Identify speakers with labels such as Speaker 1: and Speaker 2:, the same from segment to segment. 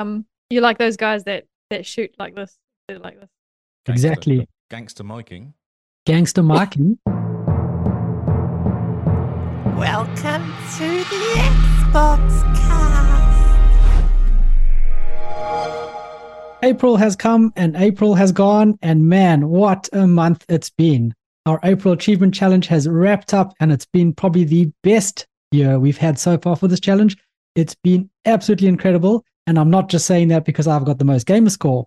Speaker 1: Um, you like those guys that that shoot like this, do it like this.
Speaker 2: Exactly.
Speaker 3: Gangster miking.
Speaker 2: Gangster marking.
Speaker 4: Welcome to the Xbox Cast.
Speaker 2: April has come and April has gone, and man, what a month it's been. Our April Achievement Challenge has wrapped up, and it's been probably the best year we've had so far for this challenge. It's been absolutely incredible. And I'm not just saying that because I've got the most gamer score.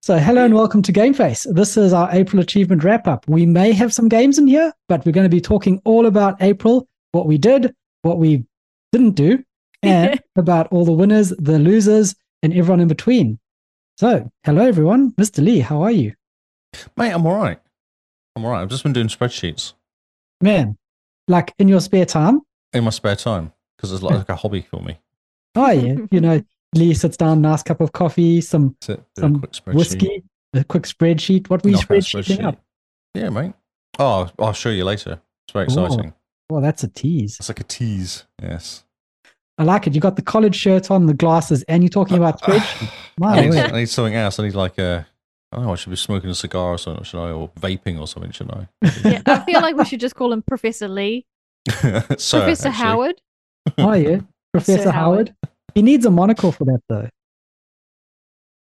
Speaker 2: so, hello and welcome to Gameface. This is our April Achievement wrap up. We may have some games in here, but we're going to be talking all about April, what we did, what we didn't do, and about all the winners, the losers, and everyone in between. So, hello everyone. Mr. Lee, how are you?
Speaker 3: Mate, I'm all right. I'm all right. I've just been doing spreadsheets
Speaker 2: Man, like in your spare time.
Speaker 3: in my spare time because it's like, a hobby for me.
Speaker 2: Oh, yeah. you know, Lee sits down, nice cup of coffee, some
Speaker 3: Sit, do
Speaker 2: Some
Speaker 3: a quick spreadsheet.
Speaker 2: whiskey, a quick spreadsheet. What were you
Speaker 3: knock out a
Speaker 2: spreadsheeting up?
Speaker 3: Yeah, mate. Oh, I'll show you later. It's very
Speaker 2: Cool.
Speaker 3: exciting.
Speaker 2: Well, that's a tease.
Speaker 3: It's like a tease. Yes.
Speaker 2: I like it. You got the college shirt on, the glasses, and you're talking about spreadsheet. Ah, My
Speaker 3: I, need,
Speaker 2: word.
Speaker 3: I need something else. I need like a. I don't know. I should be smoking a cigar or something, should I? Or vaping or something, should I?
Speaker 1: Yeah, I feel like we should just call him Professor Lee,
Speaker 3: Sir,
Speaker 1: Professor
Speaker 3: actually.
Speaker 1: Howard.
Speaker 2: Oh, yeah. Professor Howard.
Speaker 1: Howard.
Speaker 2: He needs a monocle for that, though.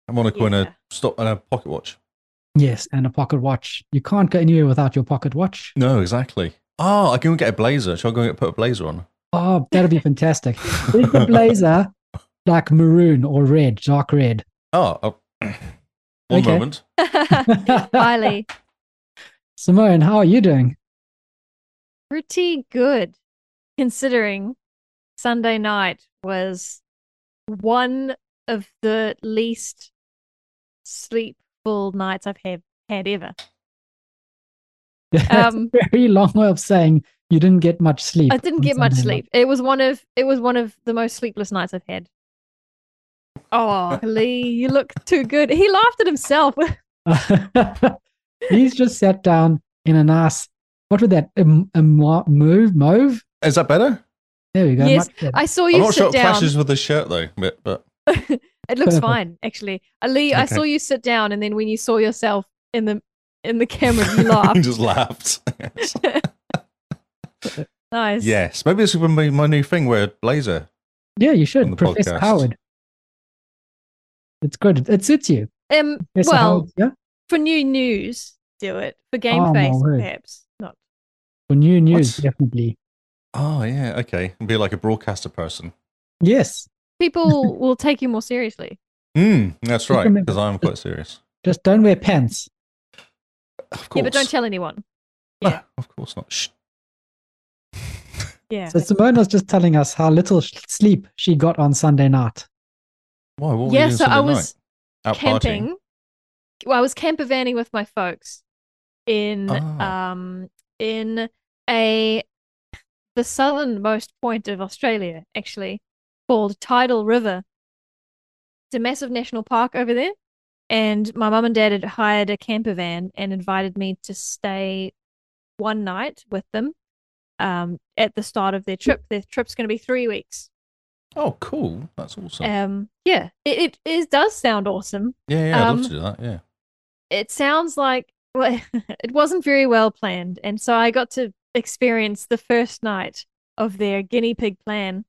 Speaker 3: I'm on a, and
Speaker 1: Yeah.
Speaker 3: a stop and a pocket watch.
Speaker 2: Yes, and a pocket watch. You can't go anywhere without your pocket watch.
Speaker 3: No, exactly. Oh, I can get a blazer. Shall I go and get, put a blazer on?
Speaker 2: Oh, that'll be fantastic. Is the blazer like maroon or red, dark red?
Speaker 3: Oh, oh. one
Speaker 2: Okay.
Speaker 3: moment.
Speaker 1: Bye, Lee.
Speaker 2: Simone, how are you doing?
Speaker 1: Pretty good, considering Sunday night was one of the least sleepful nights I've had had ever.
Speaker 2: That's
Speaker 1: Um,
Speaker 2: a very long way of saying you didn't get much sleep.
Speaker 1: I didn't
Speaker 2: on
Speaker 1: get much
Speaker 2: Sunday night.
Speaker 1: sleep. It was one of it was one of the most sleepless nights I've had. Oh, Lee, you look too good. He laughed at himself.
Speaker 2: He's just sat down in a nice, what would that, um, um, wa- move, mauve?
Speaker 3: Is that better?
Speaker 2: There we go.
Speaker 1: Yes,
Speaker 2: much better.
Speaker 1: I saw
Speaker 3: I'm
Speaker 1: you
Speaker 3: not
Speaker 1: sit
Speaker 3: sure it
Speaker 1: down.
Speaker 3: clashes with the shirt though, but, but
Speaker 1: It looks
Speaker 2: Perfect.
Speaker 1: fine, actually. Uh, Lee, I
Speaker 3: Okay.
Speaker 1: saw you sit down, and then when you saw yourself in the in the camera, you laughed.
Speaker 3: just laughed. Yes.
Speaker 1: nice.
Speaker 3: yes, maybe this will be my new thing. Where blazer.
Speaker 2: yeah, you
Speaker 3: on the
Speaker 2: should, Professor
Speaker 3: podcast.
Speaker 2: Howard. It's good. It suits you.
Speaker 1: Um.
Speaker 2: Professor
Speaker 1: well,
Speaker 2: Howard, yeah?
Speaker 1: for new news, do it for game
Speaker 2: Oh, my
Speaker 1: face,
Speaker 2: word.
Speaker 1: perhaps not.
Speaker 2: For new news,
Speaker 3: What?
Speaker 2: definitely.
Speaker 3: Oh yeah, okay. Be like a broadcaster person.
Speaker 2: Yes.
Speaker 1: People will take you more seriously.
Speaker 3: Mm, that's right.
Speaker 2: remember-
Speaker 3: Because I'm quite serious.
Speaker 2: Just don't wear pants.
Speaker 3: Of course.
Speaker 1: Yeah, but don't tell anyone.
Speaker 3: No,
Speaker 1: yeah.
Speaker 3: of course not. Shh.
Speaker 1: Yeah.
Speaker 2: So Simone was just telling us how little sh- sleep she got on Sunday night.
Speaker 3: Why? What were
Speaker 1: yeah.
Speaker 3: you doing
Speaker 1: So I
Speaker 3: Sunday
Speaker 1: was
Speaker 3: night? Out
Speaker 1: camping.
Speaker 3: partying?
Speaker 1: Well, I was camper vanning with my folks in
Speaker 3: Ah.
Speaker 1: um in a the southernmost point of Australia, actually, called Tidal River. It's a massive national park over there. And my mum and dad had hired a camper van and invited me to stay one night with them um, at the start of their trip. Their trip's going to be three weeks.
Speaker 3: Oh, cool. That's awesome.
Speaker 1: Um, yeah, it, it, it does sound awesome
Speaker 3: yeah, yeah. I'd
Speaker 1: um,
Speaker 3: love to do that. Yeah.
Speaker 1: it sounds like well, it wasn't very well planned. And so I got to experience the first night of their guinea pig plan,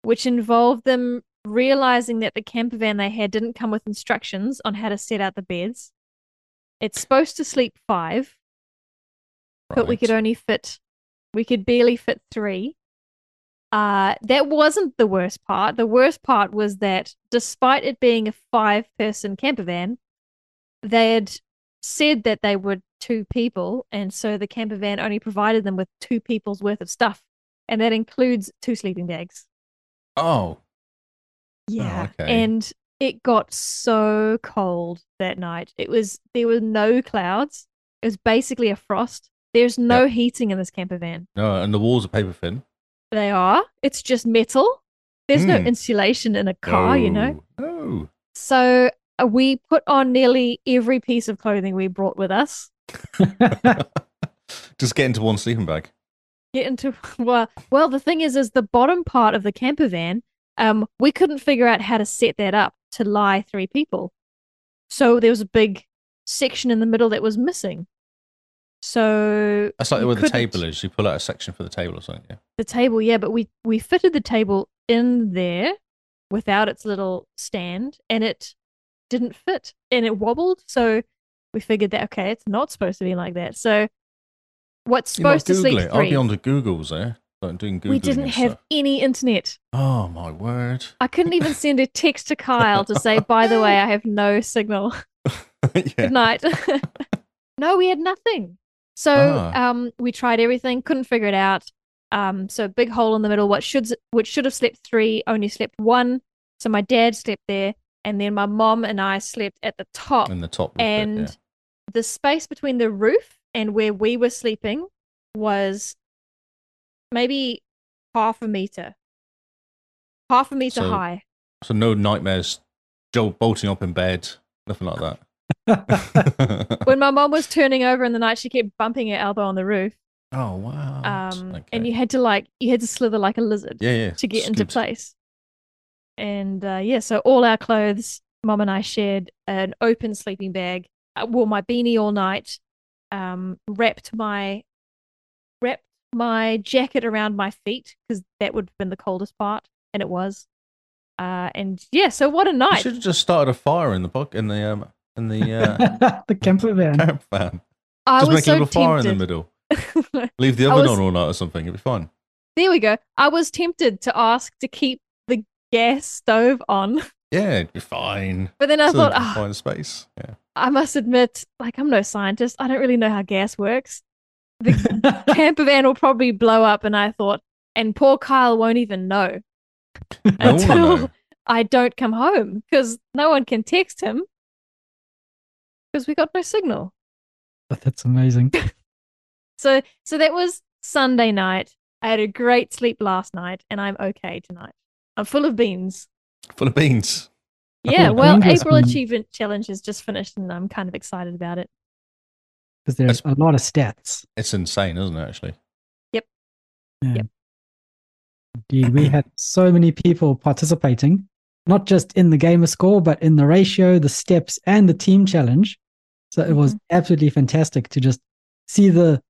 Speaker 1: which involved them realizing that the camper van they had didn't come with instructions on how to set out the beds. It's supposed to sleep five, but we
Speaker 3: Right.
Speaker 1: could only fit, we could barely fit three. Uh, that wasn't the worst part. The worst part was that despite it being a five person camper van, they had said that they were two people. And so the camper van only provided them with two people's worth of stuff. And that includes two sleeping bags.
Speaker 3: Oh,
Speaker 1: Yeah.
Speaker 3: okay.
Speaker 1: And it got so cold that night. It was, there were no clouds. It was basically a frost. There's no heating in this camper van.
Speaker 3: no. And the walls are paper thin.
Speaker 1: They are. It's just metal. There's no
Speaker 3: Mm.
Speaker 1: insulation in a car,
Speaker 3: Oh.
Speaker 1: you know?
Speaker 3: No.
Speaker 1: So uh, we put on nearly every piece of clothing we brought with us.
Speaker 3: Just get into one sleeping bag.
Speaker 1: Get into well, well the thing is is the bottom part of the camper van Um, we couldn't figure out how to set that up to lie three people. So there was a big section in the middle that was missing. So
Speaker 3: That's like
Speaker 1: you
Speaker 3: where the
Speaker 1: couldn't-
Speaker 3: table is. You pull out a section for the table or something. Yeah.
Speaker 1: the table, yeah, but we we fitted the table in there without its little stand, and it didn't fit, and it wobbled. So we figured that okay, it's not supposed to be like that. So what's
Speaker 3: You might
Speaker 1: supposed to sleep
Speaker 3: Google it. I'll
Speaker 1: three?
Speaker 3: be on the Googles there. Like doing Googling
Speaker 1: we didn't
Speaker 3: and
Speaker 1: have
Speaker 3: stuff.
Speaker 1: any internet.
Speaker 3: Oh my word!
Speaker 1: I couldn't even send a text to Kyle to say, by the way, I have no signal.
Speaker 3: yeah.
Speaker 1: Good night. no, we had nothing. So
Speaker 3: Ah.
Speaker 1: um, we tried everything, couldn't figure it out. Um, so big hole in the middle. What should which should have slept three, only slept one. So my dad slept there, and then my mom and I slept at the top,
Speaker 3: In the top. little bit,
Speaker 1: and the space between the roof and where we were sleeping was maybe half a meter, half a meter
Speaker 3: So-
Speaker 1: high.
Speaker 3: yeah. So no nightmares. Joel bolting up in bed. Nothing like that.
Speaker 1: When my mom was turning over in the night, she kept bumping her elbow on the roof.
Speaker 3: oh wow.
Speaker 1: um,
Speaker 3: Okay.
Speaker 1: and you had to like you had to slither like a lizard
Speaker 3: yeah, yeah.
Speaker 1: to get into
Speaker 3: Scoot.
Speaker 1: place. And uh, yeah, so all our clothes, mom and I shared an open sleeping bag. I wore my beanie all night, um, wrapped my wrapped my jacket around my feet because that would have been the coldest part, and it was. Uh, and yeah, so what a
Speaker 3: You
Speaker 1: night!
Speaker 3: should have just started a fire in the book in the um in the uh,
Speaker 2: the camper van.
Speaker 3: camp van.
Speaker 1: I
Speaker 3: Just
Speaker 1: was
Speaker 3: make a
Speaker 1: so
Speaker 3: little fire in the
Speaker 1: tempted.
Speaker 3: middle. Leave the
Speaker 1: I
Speaker 3: oven
Speaker 1: was-
Speaker 3: on all night or something. It'd be fine.
Speaker 1: there we go. I was tempted to ask to keep the gas stove on,
Speaker 3: Yeah, it'd be fine.
Speaker 1: but then I
Speaker 3: Still
Speaker 1: thought,
Speaker 3: in
Speaker 1: ah.
Speaker 3: confined space. Yeah.
Speaker 1: I must admit, like I'm no scientist. I don't really know how gas works. The camper van will probably blow up, and I thought, and poor Kyle won't even know
Speaker 3: No one
Speaker 1: until
Speaker 3: know.
Speaker 1: I don't come home because no one can text him because we got no signal.
Speaker 2: That's amazing.
Speaker 1: So, so that was Sunday night. I had a great sleep last night, and I'm okay tonight. I'm full of beans.
Speaker 3: Full of beans.
Speaker 1: Yeah,
Speaker 2: Oh,
Speaker 1: well,
Speaker 2: beans.
Speaker 1: April
Speaker 3: Mm.
Speaker 1: Achievement Challenge is just finished, and I'm kind of excited about it.
Speaker 2: Because there's a lot of stats.
Speaker 3: It's insane, isn't it? Actually.
Speaker 2: Indeed, we had so many people participating, not just in the gamer score, but in the ratio, the steps, and the team challenge. So it was
Speaker 1: Mm-hmm.
Speaker 2: absolutely fantastic to just see the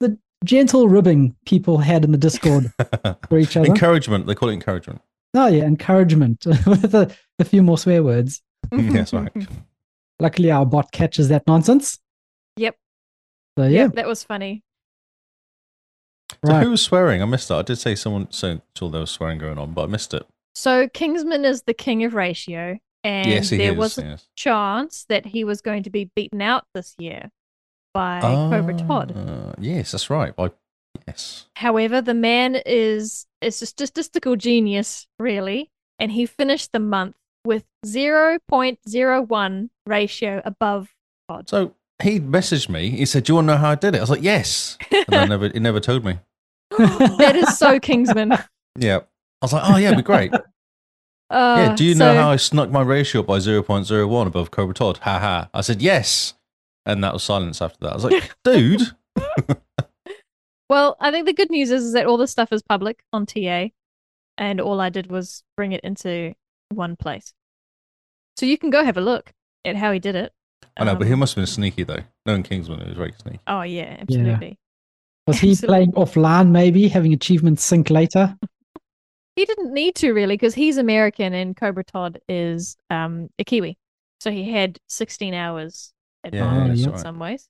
Speaker 2: the gentle ribbing people had in the Discord for each other.
Speaker 3: encouragement. They call it encouragement.
Speaker 2: oh yeah, encouragement with a, a few more swear words.
Speaker 3: yes, right.
Speaker 2: Luckily, our bot catches that nonsense.
Speaker 1: Yep.
Speaker 2: So
Speaker 1: Yeah,
Speaker 2: yeah,
Speaker 1: that was funny.
Speaker 3: So
Speaker 2: right.
Speaker 3: who was swearing? I missed that. I did say someone said sure there was swearing going on, but I missed it.
Speaker 1: So Kingsman is the king of ratio, and
Speaker 3: yes, he
Speaker 1: there
Speaker 3: is.
Speaker 1: was a
Speaker 3: yes.
Speaker 1: chance that he was going to be beaten out this year by Cobra Todd.
Speaker 3: Ah, Yes, that's right. I, yes.
Speaker 1: However, the man is is a statistical genius, really, and he finished the month with 0.01 ratio above Todd.
Speaker 3: So he messaged me. He said, "Do you want to know how I did it?" I was like, "Yes," and I never. He never told me.
Speaker 1: that is so Kingsman. Uh,
Speaker 3: Yeah. I was like, "Oh yeah, it'd be great." yeah. Do you know
Speaker 1: Uh, so-
Speaker 3: how I snuck my ratio by zero point zero one above Cobra Todd? Ha ha. I said yes, and that was silence after that. I was like, "Dude."
Speaker 1: Well, I think the good news is, is that all this stuff is public on TA, and all I did was bring it into one place. So you can go have a look at how he did it.
Speaker 3: I know, but
Speaker 1: Um,
Speaker 3: he must have been sneaky though. Knowing Kingsman, he was very sneaky.
Speaker 1: Oh yeah, absolutely.
Speaker 2: was he
Speaker 1: absolutely.
Speaker 2: playing offline? Maybe having achievements sync later.
Speaker 1: He didn't need to really because he's American and Cobra Todd is um, a Kiwi, so he had 16 hours advantage
Speaker 2: yeah,
Speaker 1: in
Speaker 3: that's
Speaker 1: some ways.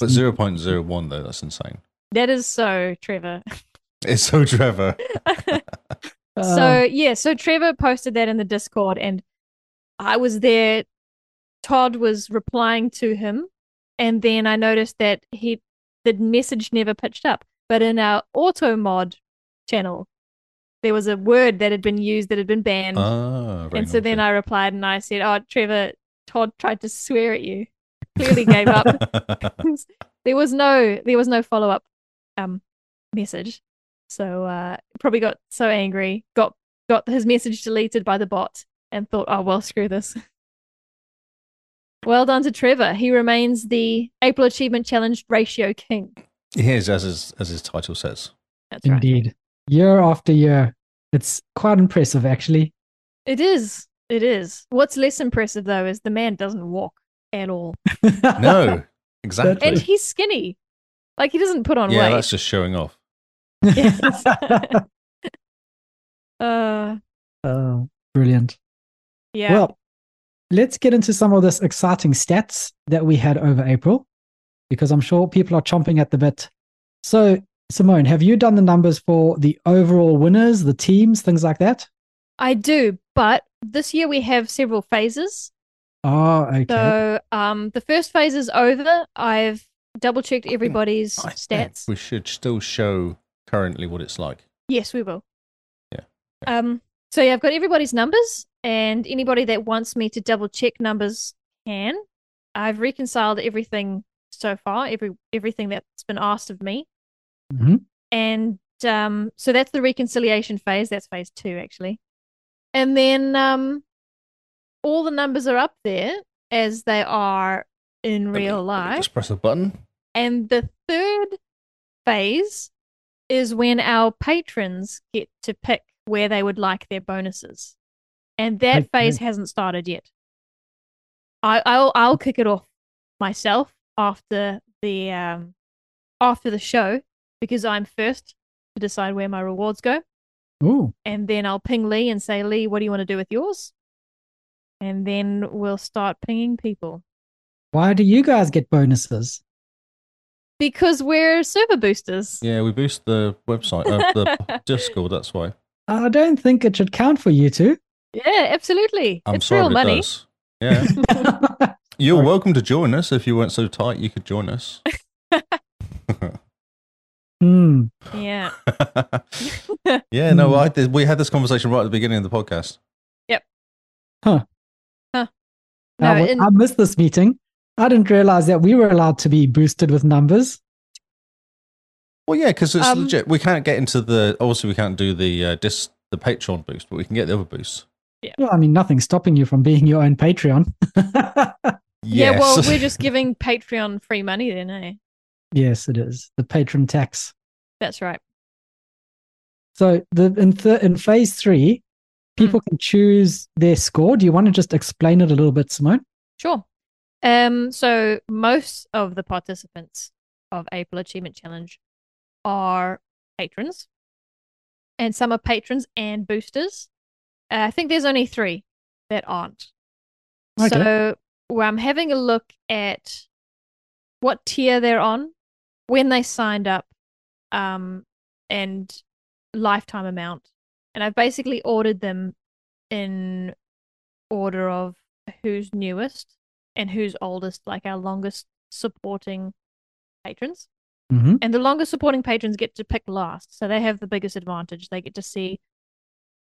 Speaker 3: But zero point zero one though, that's insane.
Speaker 1: That is so Trevor.
Speaker 3: It's so Trevor.
Speaker 2: Oh.
Speaker 1: so yeah, so Trevor posted that in the Discord, and I was there. Todd was replying to him, and then I noticed that he the message never pitched up. But in our auto mod channel, there was a word that had been used that had been banned,
Speaker 3: Ah, very
Speaker 1: and so then
Speaker 3: naughty.
Speaker 1: I replied and I said, "Oh, Trevor, Todd tried to swear at you. Clearly gave up." there was no there was no follow up um message. So uh probably got so angry, got got his message deleted by the bot and thought, oh well screw this. well done to Trevor. He remains the April Achievement Challenge ratio king.
Speaker 3: he is as his as his title says.
Speaker 1: That's right.
Speaker 2: Indeed. Year after year, It's quite impressive, actually.
Speaker 1: It is. It is. What's less impressive though is the man doesn't walk at all,
Speaker 3: No, exactly.
Speaker 1: and he's skinny. Like he doesn't put on
Speaker 3: yeah,
Speaker 1: weight.
Speaker 3: that's just showing off.
Speaker 1: Yes. uh,
Speaker 2: Oh, brilliant.
Speaker 1: yeah.
Speaker 2: Well, let's get into some of this exciting stats that we had over April, because I'm sure people are chomping at the bit. So, Simone, have you done the numbers for the overall winners, the teams, things like that?
Speaker 1: I do, but this year we have several phases.
Speaker 2: Oh, okay.
Speaker 1: So um, the first phase is over. I've double checked everybody's
Speaker 3: I think
Speaker 1: stats.
Speaker 3: We should still show currently what it's like.
Speaker 1: Yes, we will.
Speaker 3: Yeah,
Speaker 1: Um. So yeah, I've got everybody's numbers, and anybody that wants me to double check numbers can. I've reconciled everything so far, every everything that's been asked of me,
Speaker 2: Mhm.
Speaker 1: and um, so that's the reconciliation phase. That's phase two, actually, and then um, all the numbers are up there as they are in
Speaker 3: Let me-
Speaker 1: real
Speaker 3: let me
Speaker 1: life.
Speaker 3: Just press a button.
Speaker 1: And the third phase is when our patrons get to pick where they would like their bonuses. And that
Speaker 2: Okay.
Speaker 1: phase hasn't started yet. I, I'll I'll kick it off myself after the um, after the show because I'm first to decide where my rewards go
Speaker 2: Ooh,
Speaker 1: and then I'll ping Lee and say, Lee, what do you want to do with yours? And then we'll start pinging people
Speaker 2: why do you guys get bonuses?
Speaker 1: because we're server boosters.
Speaker 3: Yeah, we boost the website, uh, the Discord. That's why.
Speaker 2: I don't think it should count for you two.
Speaker 1: Yeah, absolutely.
Speaker 3: I'm
Speaker 1: it's
Speaker 3: sorry,
Speaker 1: real
Speaker 3: but it
Speaker 1: money.
Speaker 3: does. Yeah, you're
Speaker 2: Sorry.
Speaker 3: welcome to join us if you weren't so tight. You could join us.
Speaker 2: Hmm.
Speaker 1: Yeah.
Speaker 3: yeah, no,
Speaker 2: Hmm.
Speaker 3: I did, we had this conversation right at the beginning of the podcast.
Speaker 1: No,
Speaker 2: I, wa-
Speaker 1: in-
Speaker 2: I missed this meeting. I didn't realize that we were allowed to be boosted with numbers.
Speaker 3: Well, yeah, because it's
Speaker 1: Um,
Speaker 3: legit. We can't get into the. Obviously, we can't do the uh, dis the Patreon boost, but we can get the other boosts.
Speaker 2: Well, I mean, nothing's stopping you from being your own Patreon.
Speaker 1: yeah, well,
Speaker 3: Yes.
Speaker 1: we're just giving Patreon free money then, eh?
Speaker 2: yes, it is the patron tax.
Speaker 1: That's right.
Speaker 2: So the in th- in phase three, people
Speaker 1: Hmm.
Speaker 2: can choose their score. Do you want to just explain it a little bit, Simone?
Speaker 1: Sure. Um, so most of the participants of April Achievement Challenge are patrons, and some are patrons and boosters. Uh, I think there's only three that aren't.
Speaker 2: Okay.
Speaker 1: So well, I'm having a look at what tier they're on, when they signed up, um, and lifetime amount. And I've basically ordered them in order of who's newest and who's oldest, like our longest supporting patrons.
Speaker 2: Mm-hmm.
Speaker 1: And the longest supporting patrons get to pick last, so they have the biggest advantage. They get to see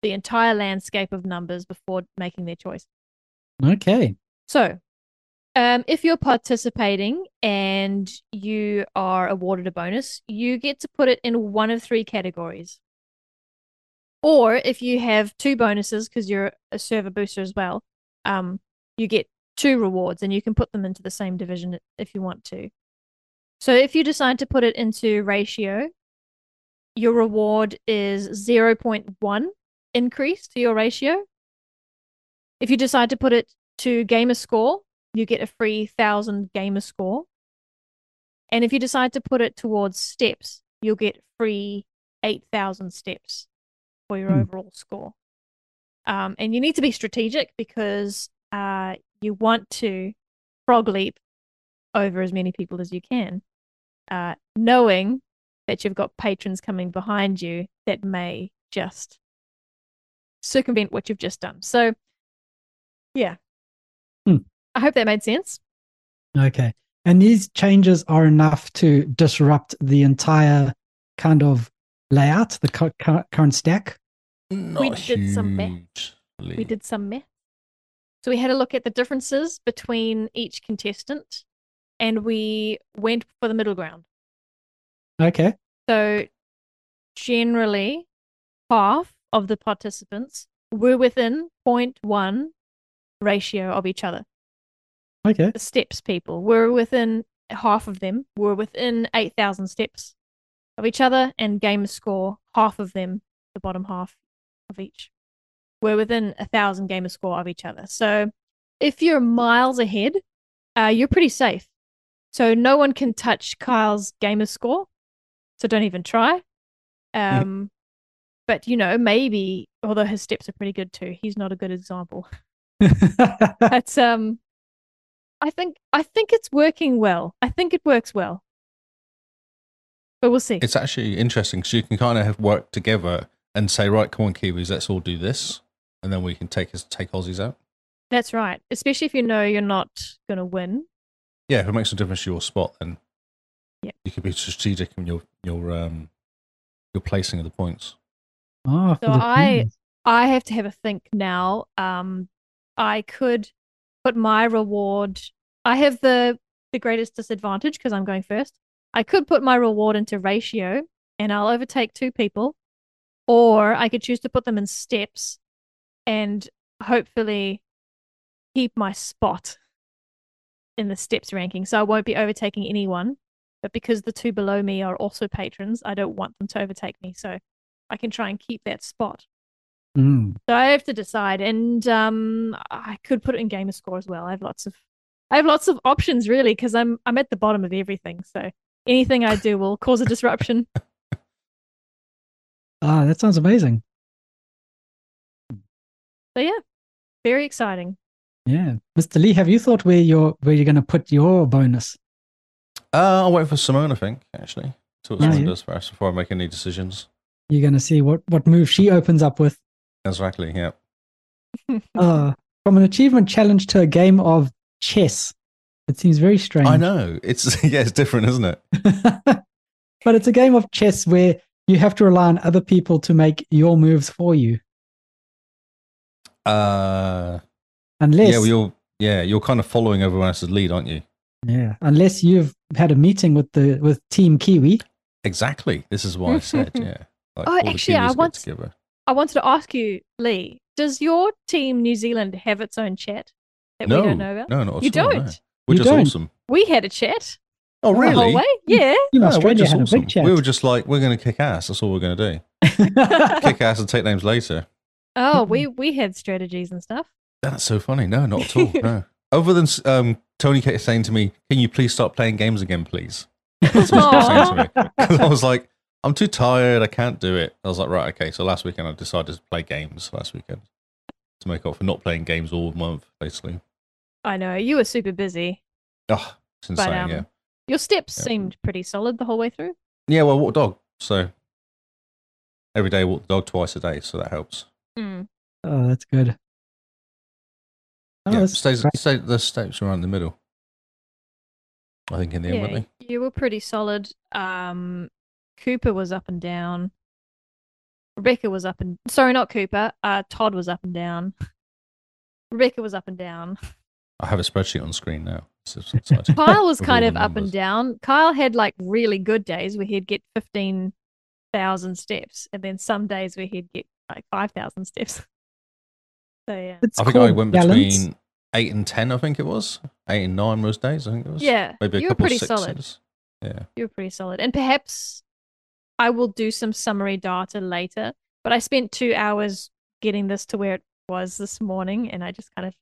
Speaker 1: the entire landscape of numbers before making their choice.
Speaker 2: Okay.
Speaker 1: So, um, if you're participating and you are awarded a bonus, you get to put it in one of three categories. Or if you have two bonuses because you're a server booster as well, um, you get two rewards and you can put them into the same division if you want to. So, if you decide to put it into ratio, your reward is 0.1 increase to your ratio. If you decide to put it to gamer score, you get a free thousand gamer score. And if you decide to put it towards steps, you'll get free eight thousand steps for your
Speaker 2: Hmm.
Speaker 1: overall score. Um, and you need to be strategic because uh, you want to frog leap over as many people as you can, uh, knowing that you've got patrons coming behind you that may just circumvent what you've just done. So, yeah.
Speaker 2: Hmm.
Speaker 1: I hope that made sense.
Speaker 2: Okay. And these changes are enough to disrupt the entire kind of layout, the cu- cu- current stack.
Speaker 3: Not
Speaker 1: did some math. We did some math. So we had a look at the differences between each contestant and we went for the middle ground.
Speaker 2: Okay.
Speaker 1: So generally, half of the participants were within 0.1 ratio of each other.
Speaker 2: Okay.
Speaker 1: the steps people were within half of them were within 8000 steps of each other and gamer score half of them the bottom half of each. We're within a thousand gamer score of each other. So if you're miles ahead, uh, you're pretty safe. So no one can touch Kyle's gamer score. So don't even try. Um, But, you know, maybe, although his steps are pretty good too, he's not a good example
Speaker 2: Ah,
Speaker 1: that's um i think i think it's working well i think it works well but we'll see
Speaker 3: It's actually interesting because you can kind of have work together and say, right, come on, Kiwis, let's all do this, and then we can take us take Aussies out.
Speaker 1: that's right especially if you know you're not going to win
Speaker 3: Yeah, if it makes a difference to your spot, then
Speaker 1: Yeah.
Speaker 3: you could be strategic in your your um your placing of the points.
Speaker 2: Ah, for
Speaker 1: So
Speaker 2: the
Speaker 1: I-
Speaker 2: team.
Speaker 1: i have to have a think now um i could put my reward i have the the greatest disadvantage because i'm going first i could put my reward into ratio and i'll overtake two people or i could choose to put them in steps and hopefully keep my spot in the steps ranking so i won't be overtaking anyone but because the two below me are also patrons i don't want them to overtake me so i can try and keep that spot
Speaker 2: Mm.
Speaker 1: so I have to decide, and um, I could put it in gamer score as well. I have lots of, I have lots of options really because I'm I'm at the bottom of everything. So anything I do will cause a disruption.
Speaker 2: Ah, that sounds amazing.
Speaker 1: So yeah, very exciting.
Speaker 2: Yeah, Mr. Lee, have you thought where you're where you're going to put your bonus?
Speaker 3: Uh, I'll wait for Simone, I think, actually. See what
Speaker 2: Yeah,
Speaker 3: Simone
Speaker 2: yeah.
Speaker 3: does first before I make any decisions.
Speaker 2: You're going to see what what move she opens up with.
Speaker 3: Exactly, yeah.
Speaker 2: Uh, from an achievement challenge to a game of chess. It seems very strange.
Speaker 3: I know. It's yeah, it's different, isn't it?
Speaker 2: but it's a game of chess where you have to rely on other people to make your moves for you.
Speaker 3: Uh
Speaker 2: Unless
Speaker 3: yeah, well, you're yeah, you're kind of following everyone else's lead, aren't you?
Speaker 2: yeah, unless you've had a meeting with the with Team Kiwi.
Speaker 3: Exactly. This is what I said, yeah. Like,
Speaker 1: Oh,
Speaker 3: all the
Speaker 1: actually, I
Speaker 3: Kiwis get
Speaker 1: want-
Speaker 3: together.
Speaker 1: I wanted to ask you, Lee, does your team New Zealand have its own chat that
Speaker 3: no,
Speaker 1: we don't know about?
Speaker 3: No, not at
Speaker 1: you
Speaker 3: all,
Speaker 1: don't.
Speaker 3: no. We're
Speaker 2: You
Speaker 3: just
Speaker 2: don't.
Speaker 3: awesome.
Speaker 1: We had a chat
Speaker 3: Oh
Speaker 1: the whole
Speaker 3: really?
Speaker 1: way. Yeah,
Speaker 3: No,
Speaker 2: Team
Speaker 3: we're
Speaker 2: Australia
Speaker 3: just
Speaker 2: had a
Speaker 3: awesome.
Speaker 2: big chat.
Speaker 3: Ah, We were just like, we're gonna kick ass, that's all we're gonna do. kick ass and take names later.
Speaker 1: Oh, we we had strategies and stuff.
Speaker 3: That's so funny. No, not at all. No. Other than um, Tony kept saying to me, "Can you please stop playing games again, please?" That's what he kept saying to me. 'Cause I was like, "I'm too tired. I can't do it." I was like, "Right, okay." So last weekend, I decided to play games last weekend to make up for not playing games all month, basically.
Speaker 1: I know you were super busy.
Speaker 3: Oh, it's insane.
Speaker 1: um,
Speaker 3: yeah,
Speaker 1: Your steps
Speaker 3: Yeah.
Speaker 1: seemed pretty solid the whole way through.
Speaker 3: yeah. Well, I walk the dog, so every day I walk the dog twice a day, so that helps.
Speaker 2: oh, that's good. Oh,
Speaker 3: yeah,
Speaker 2: that's
Speaker 3: stays,
Speaker 2: great.
Speaker 3: stay, the steps around the middle. I think in the end, weren't they?
Speaker 1: You were pretty solid. Um, Cooper was up and down. Rebecca was up and sorry, not Cooper. Uh, Todd was up and down. Rebecca was up and down.
Speaker 3: I have a spreadsheet on screen now. It's it's exciting.
Speaker 1: Kyle was
Speaker 3: Of
Speaker 1: kind
Speaker 3: all
Speaker 1: of
Speaker 3: the
Speaker 1: up and
Speaker 3: numbers.
Speaker 1: down. Kyle had like really good days where he'd get fifteen thousand steps, and then some days where he'd get like five thousand steps. So yeah,
Speaker 2: It's
Speaker 3: I think I
Speaker 2: called
Speaker 3: went
Speaker 2: balance.
Speaker 3: between eight and ten. I think it was eight and nine most days. I think it was.
Speaker 1: yeah,
Speaker 3: maybe a
Speaker 1: you were
Speaker 3: couple
Speaker 1: pretty
Speaker 3: sixes.
Speaker 1: solid.
Speaker 3: Yeah,
Speaker 1: You were pretty solid. And perhaps I will do some summary data later, but I spent two hours getting this to where it was this morning and I just kind of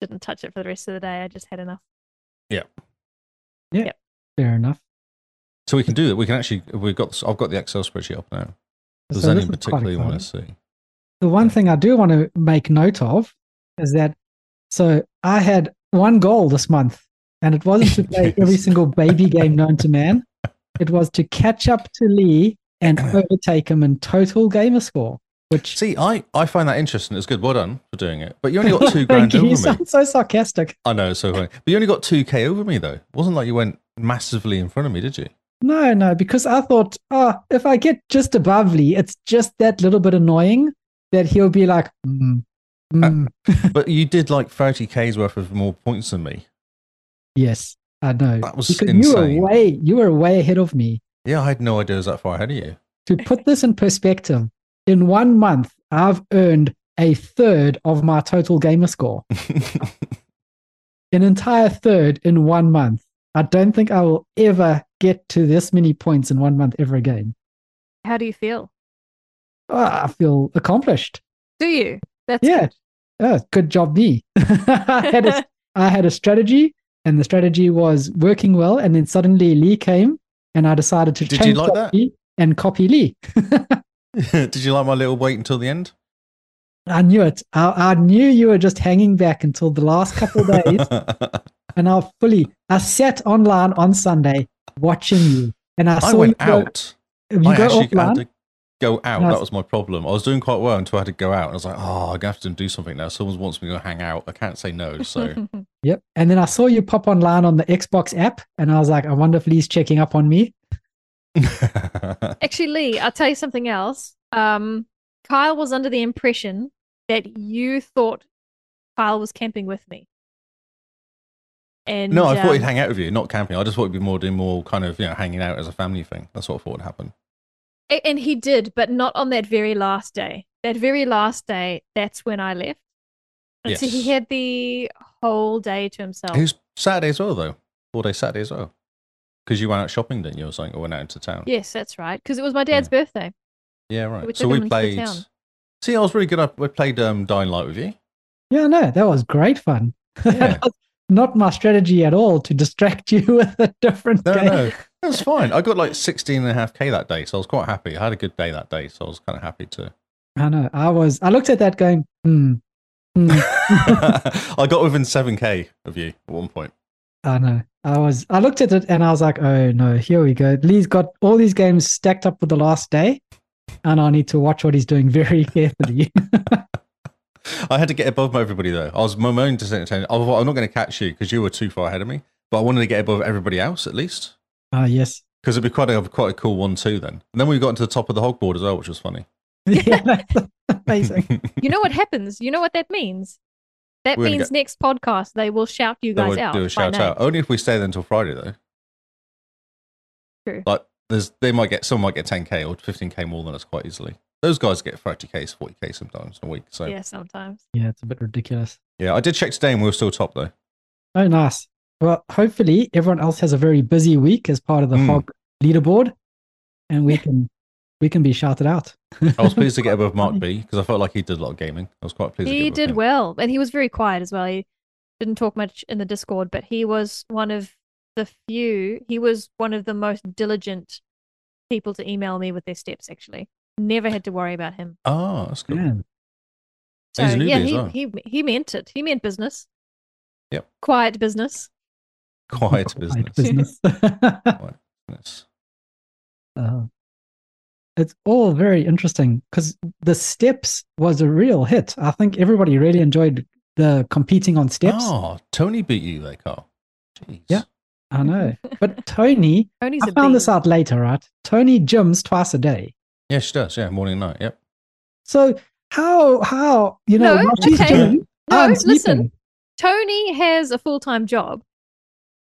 Speaker 1: didn't touch it for the rest of the day. I just had enough.
Speaker 2: Fair enough.
Speaker 3: so we can do that. We can actually. We've got. I've got the Excel spreadsheet up now.
Speaker 2: So
Speaker 3: There's any
Speaker 2: this is quite
Speaker 3: particularly you want to
Speaker 2: exciting.
Speaker 3: see?
Speaker 2: The one thing I do want to make note of is that so I had one goal this month, and it wasn't to play every
Speaker 3: Yes.
Speaker 2: single baby game known to man. It was to catch up to Lee and overtake him in total gamer score. Which
Speaker 3: See, I I find that interesting. It's good. Well done for doing it. But you only got two grand
Speaker 2: thank you.
Speaker 3: over
Speaker 2: You
Speaker 3: me.
Speaker 2: sound so sarcastic.
Speaker 3: I know it's so funny. But you only got two k over me though. It wasn't like you went massively in front of me, did you?
Speaker 2: No, no, because I thought, ah, if I get just above Lee, it's just that little bit annoying that he'll be like, hmm,
Speaker 3: Uh,
Speaker 2: hmm,
Speaker 3: But you did like thirty k's worth of more points than me.
Speaker 2: yes, I know.
Speaker 3: That was
Speaker 2: Because you
Speaker 3: insane.
Speaker 2: were way, you were way ahead of me.
Speaker 3: Yeah, I had no idea it was that far ahead of you.
Speaker 2: To put this in perspective, in one month, I've earned a third of my total gamer score. An entire third in one month. I don't think I will ever get to this many points in one month ever again.
Speaker 1: How do you feel?
Speaker 2: ah, I feel accomplished.
Speaker 1: Do you? That's
Speaker 2: yeah. Oh, good job, me. I, had a, I had a strategy, and the strategy was working well. And then suddenly Lee came, and I decided to
Speaker 3: Did you
Speaker 2: change
Speaker 3: like that?
Speaker 2: strategy and copy Lee.
Speaker 3: Did you like my little wait until the end?
Speaker 2: I knew it. I, I knew you were just hanging back until the last couple of days. and I fully, I sat online on Sunday watching you. And I,
Speaker 3: I
Speaker 2: saw
Speaker 3: went
Speaker 2: you go,
Speaker 3: out.
Speaker 2: You go
Speaker 3: I actually
Speaker 2: offline.
Speaker 3: had to go out.
Speaker 2: And I
Speaker 3: That
Speaker 2: was-
Speaker 3: was my problem. I was doing quite well until I had to go out. I was like, oh, I'm going to have to do something now. Someone wants me to go hang out. I can't say no. So
Speaker 2: Yep. And then I saw you pop online on the Xbox app, and I was like, I wonder if Lee's checking up on me.
Speaker 1: Actually, Lee, I'll tell you something else. Um, Kyle was under the impression that you thought Kyle was camping with me. And
Speaker 3: no, I thought he'd
Speaker 1: um,
Speaker 3: hang out with you, not camping. I just thought it'd be more doing more kind of you know hanging out as a family thing. That's what I thought would happen.
Speaker 1: A- And he did, but not on that very last day. That very last day, that's when I left. And so he
Speaker 3: Yes.
Speaker 1: had the whole day to himself.
Speaker 3: It was Saturday as well, though. Four day Saturday as well, because you went out shopping, didn't you, or something, or went out into town.
Speaker 1: Yes, that's right. Because it was my dad's birthday.
Speaker 3: Yeah, right.
Speaker 1: We
Speaker 3: so
Speaker 1: took
Speaker 3: we
Speaker 1: him into the
Speaker 3: played.
Speaker 1: town.
Speaker 3: See, I was really good. I we played um, Dying Light with you.
Speaker 2: Yeah, no, that was great fun.
Speaker 3: Yeah.
Speaker 2: Not my strategy at all to distract you with a different
Speaker 3: No,
Speaker 2: game.
Speaker 3: no, that was fine. I got like 16 and a half K that day, so I was quite happy. I had a good day that day, so I was kind of happy to.
Speaker 2: I know. I was. I looked at that going, hmm. hmm.
Speaker 3: I got within 7K of you at one point.
Speaker 2: I know. I was. I looked at it and I was like, oh no, here we go. Lee's got all these games stacked up for the last day, and I need to watch what he's doing very carefully.
Speaker 3: I had to get above everybody though. I was my own disentertained. I thought I'm not going to catch you because you were too far ahead of me. But I wanted to get above everybody else at least
Speaker 2: Ah, yes.
Speaker 3: because it'd be quite a quite a cool one too. Then and then we got into the top of the hog board as well, which was funny.
Speaker 2: Yeah, that's amazing.
Speaker 1: You know what happens? You know what that means? That
Speaker 3: We're gonna
Speaker 1: means next podcast they will shout you
Speaker 3: They
Speaker 1: guys
Speaker 3: would
Speaker 1: out.
Speaker 3: do
Speaker 1: by
Speaker 3: a shout
Speaker 1: name.
Speaker 3: out only if we stay there until Friday though.
Speaker 1: True.
Speaker 3: Like there's they might get some might get 10k or 15k more than us quite easily. Those guys get 30k, 40k sometimes in a week. So yeah,
Speaker 1: Yeah, sometimes.
Speaker 2: Yeah, it's a bit ridiculous.
Speaker 3: I did check today and we were still top though.
Speaker 2: Oh, nice. Well, hopefully everyone else has a very busy week as part of the
Speaker 3: Mm.
Speaker 2: Hog leaderboard, and we can we can be shouted out.
Speaker 3: I was pleased to get above Mark B because I felt like he did a lot of gaming. I was quite pleased. to
Speaker 1: He
Speaker 3: get above
Speaker 1: did
Speaker 3: him.
Speaker 1: well, and he was very quiet as well. He didn't talk much in the Discord, but he was one of the few. He was one of the most diligent people to email me with their steps. Actually, never had to worry about him.
Speaker 3: Ah, that's cool.
Speaker 2: Man,
Speaker 1: So
Speaker 3: And he's a
Speaker 1: yeah,
Speaker 3: newbie as
Speaker 1: he,
Speaker 3: well.
Speaker 1: he he meant it. He meant business.
Speaker 3: Yep.
Speaker 1: Quiet business.
Speaker 3: Quiet business.
Speaker 2: quiet business.
Speaker 3: Yes.
Speaker 2: Uh, it's all very interesting because the steps was a real hit. I think everybody really enjoyed the competing on steps.
Speaker 3: Oh, Tony beat you there, Carl. Jeez.
Speaker 2: Yeah. I know. But Tony,
Speaker 1: Tony's
Speaker 2: I
Speaker 1: a
Speaker 2: found this
Speaker 1: bean.
Speaker 2: out later, right? Tony gyms twice a day.
Speaker 3: Yeah, she does. Yeah, morning and night. Yep.
Speaker 2: So how how you know
Speaker 1: No,
Speaker 2: while she's
Speaker 1: okay.
Speaker 2: gymming,
Speaker 1: No,
Speaker 2: I'm
Speaker 1: listen.
Speaker 2: sleeping.
Speaker 1: Tony has a full time job.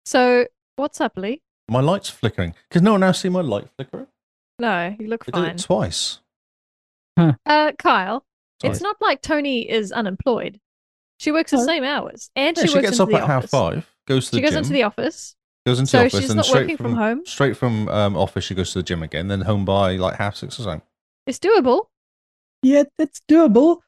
Speaker 1: So what's up, Lee?
Speaker 3: My light's flickering. Because no one else see my light flicker.
Speaker 1: No, you look
Speaker 3: I did
Speaker 1: fine.
Speaker 3: it twice.
Speaker 1: Uh, Kyle,
Speaker 3: Sorry.
Speaker 1: it's not like Tony is unemployed. She works the
Speaker 2: No.
Speaker 1: same hours, and
Speaker 3: Yeah,
Speaker 1: she,
Speaker 3: she,
Speaker 1: works
Speaker 3: gets
Speaker 1: into
Speaker 3: up
Speaker 1: the
Speaker 3: at half
Speaker 1: office.
Speaker 3: five, goes to the
Speaker 1: She goes
Speaker 3: gym,
Speaker 1: into the office,
Speaker 3: goes into
Speaker 1: so
Speaker 3: the office,
Speaker 1: she's
Speaker 3: then
Speaker 1: not
Speaker 3: straight
Speaker 1: working
Speaker 3: from,
Speaker 1: from home.
Speaker 3: straight from um, office she goes to the gym again, then home by like half six or something.
Speaker 1: It's doable.
Speaker 2: Yeah, it's doable.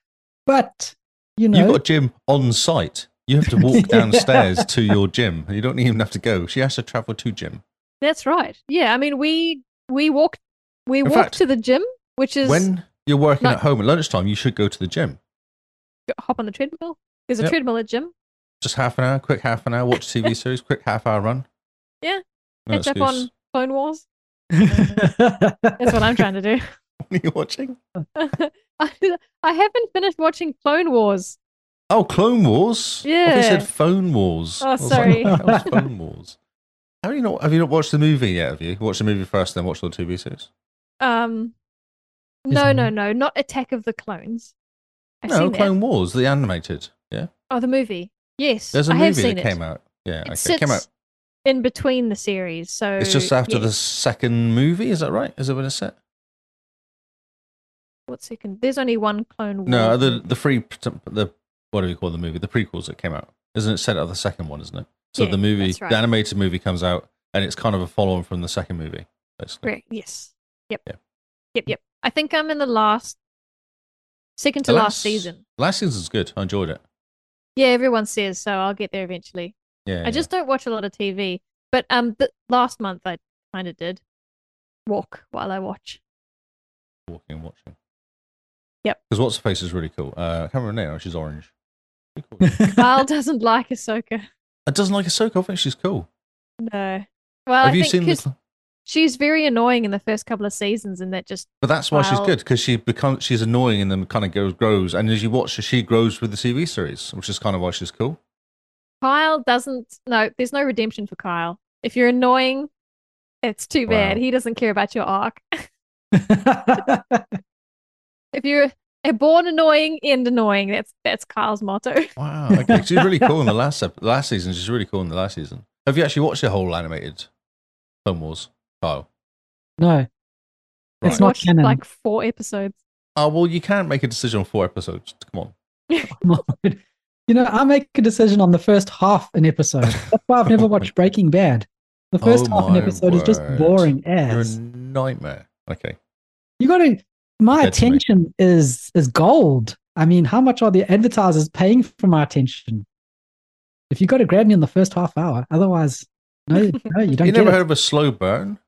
Speaker 2: But you know
Speaker 3: You've got a gym on site. You have to walk
Speaker 2: Yeah.
Speaker 3: downstairs to your gym. You don't even have to go. She has to travel to gym.
Speaker 1: That's right. Yeah, I mean we we walk we
Speaker 3: In
Speaker 1: walk
Speaker 3: fact,
Speaker 1: to the gym, which is
Speaker 3: When you're working
Speaker 1: Like-
Speaker 3: at home at lunchtime, you should go to the gym.
Speaker 1: hop on the treadmill. There's a
Speaker 3: Yep.
Speaker 1: treadmill at gym.
Speaker 3: Just half an hour, quick half an hour, watch a TV series, quick half hour run.
Speaker 1: Yeah.
Speaker 3: No
Speaker 1: catch up
Speaker 3: excuse.
Speaker 1: on Clone Wars. That's what I'm trying to do.
Speaker 3: What are you watching?
Speaker 1: I, I haven't finished watching Clone Wars.
Speaker 3: Oh, Clone Wars. I thought
Speaker 1: Yeah.
Speaker 3: you said Phone Wars.
Speaker 1: Oh,
Speaker 3: I was like,
Speaker 1: sorry.
Speaker 3: what the hell's phone Wars. How do you not? Have you not watched the movie yet? Have you watched the movie first, then watched the TV series?
Speaker 1: Um, no, no, no, not Attack of the Clones. I've
Speaker 3: no,
Speaker 1: seen that.
Speaker 3: Clone Wars, the animated. Yeah,
Speaker 1: Oh, the movie. Yes,
Speaker 3: there's a
Speaker 1: I have
Speaker 3: movie
Speaker 1: seen
Speaker 3: that
Speaker 1: it.
Speaker 3: came out. Yeah,
Speaker 1: It
Speaker 3: okay,
Speaker 1: sits
Speaker 3: it came out.
Speaker 1: in between the series, so
Speaker 3: It's just after
Speaker 1: yeah.
Speaker 3: the second movie. Is that right? Is that when it's set?
Speaker 1: What second? There's only one Clone Wars.
Speaker 3: No, the
Speaker 1: movie.
Speaker 3: the free the what do we call the movie? The prequels that came out, isn't it? Set out the second one, isn't it? So
Speaker 1: Yeah,
Speaker 3: the movie,
Speaker 1: that's right.
Speaker 3: the animated movie, comes out, and it's kind of a follow-on from the second movie. Basically.
Speaker 1: Correct. Yes. Yep.
Speaker 3: Yeah.
Speaker 1: Yep. Yep. I think I'm in the last Second to
Speaker 3: The
Speaker 1: last
Speaker 3: last-
Speaker 1: season.
Speaker 3: Last season's good. I enjoyed it.
Speaker 1: Yeah, everyone says so. I'll get there eventually.
Speaker 3: Yeah.
Speaker 1: I just don't watch a lot of TV, but um, th- last month I kind of did walk while I watch.
Speaker 3: yeah. walking and watching.
Speaker 1: Yep.
Speaker 3: Because what's her face is really cool. Uh, I can't remember her name. She's orange. Pretty cool.
Speaker 1: Kyle doesn't like Ahsoka.
Speaker 3: I doesn't like Ahsoka. I think she's cool.
Speaker 1: No. Well,
Speaker 3: Have
Speaker 1: I
Speaker 3: you
Speaker 1: think
Speaker 3: seen the?
Speaker 1: 'cause
Speaker 3: cl-
Speaker 1: she's very annoying in the first couple of seasons, and that just
Speaker 3: But that's why she's
Speaker 1: Well-
Speaker 3: good because she becomes she's annoying and then kind of goes grows. And as you watch her, she grows with the TV series, which is kind of why she's cool.
Speaker 1: Kyle doesn't. No, there's no redemption for Kyle. If you're annoying, it's too
Speaker 3: Wow.
Speaker 1: bad. He doesn't care about your arc. If you're a born annoying, end annoying. That's that's Kyle's motto.
Speaker 3: Wow. Okay. she's really cool in the last ep- last season. She's really cool in the last season. Have you actually watched the whole animated Clone Wars, Kyle?
Speaker 2: no, It's
Speaker 3: Right.
Speaker 2: not
Speaker 1: Watched
Speaker 2: canon.
Speaker 1: like four episodes.
Speaker 3: Oh well, you can't make a decision on four episodes. Come on.
Speaker 2: I'm not- you know, I make a decision on the first half an episode. That's why I've never watched Breaking Bad. The first
Speaker 3: Oh
Speaker 2: half an
Speaker 3: my
Speaker 2: episode is just
Speaker 3: word.
Speaker 2: boring
Speaker 3: You're a
Speaker 2: as.
Speaker 3: nightmare. Okay.
Speaker 2: You got to. My
Speaker 3: That's me.
Speaker 2: attention is is gold. I mean, how much are the advertisers paying for my attention? If you got to grab me in the first half hour, otherwise, no, no, you don't
Speaker 3: you
Speaker 2: get
Speaker 3: never
Speaker 2: it.
Speaker 3: heard of a slow burn?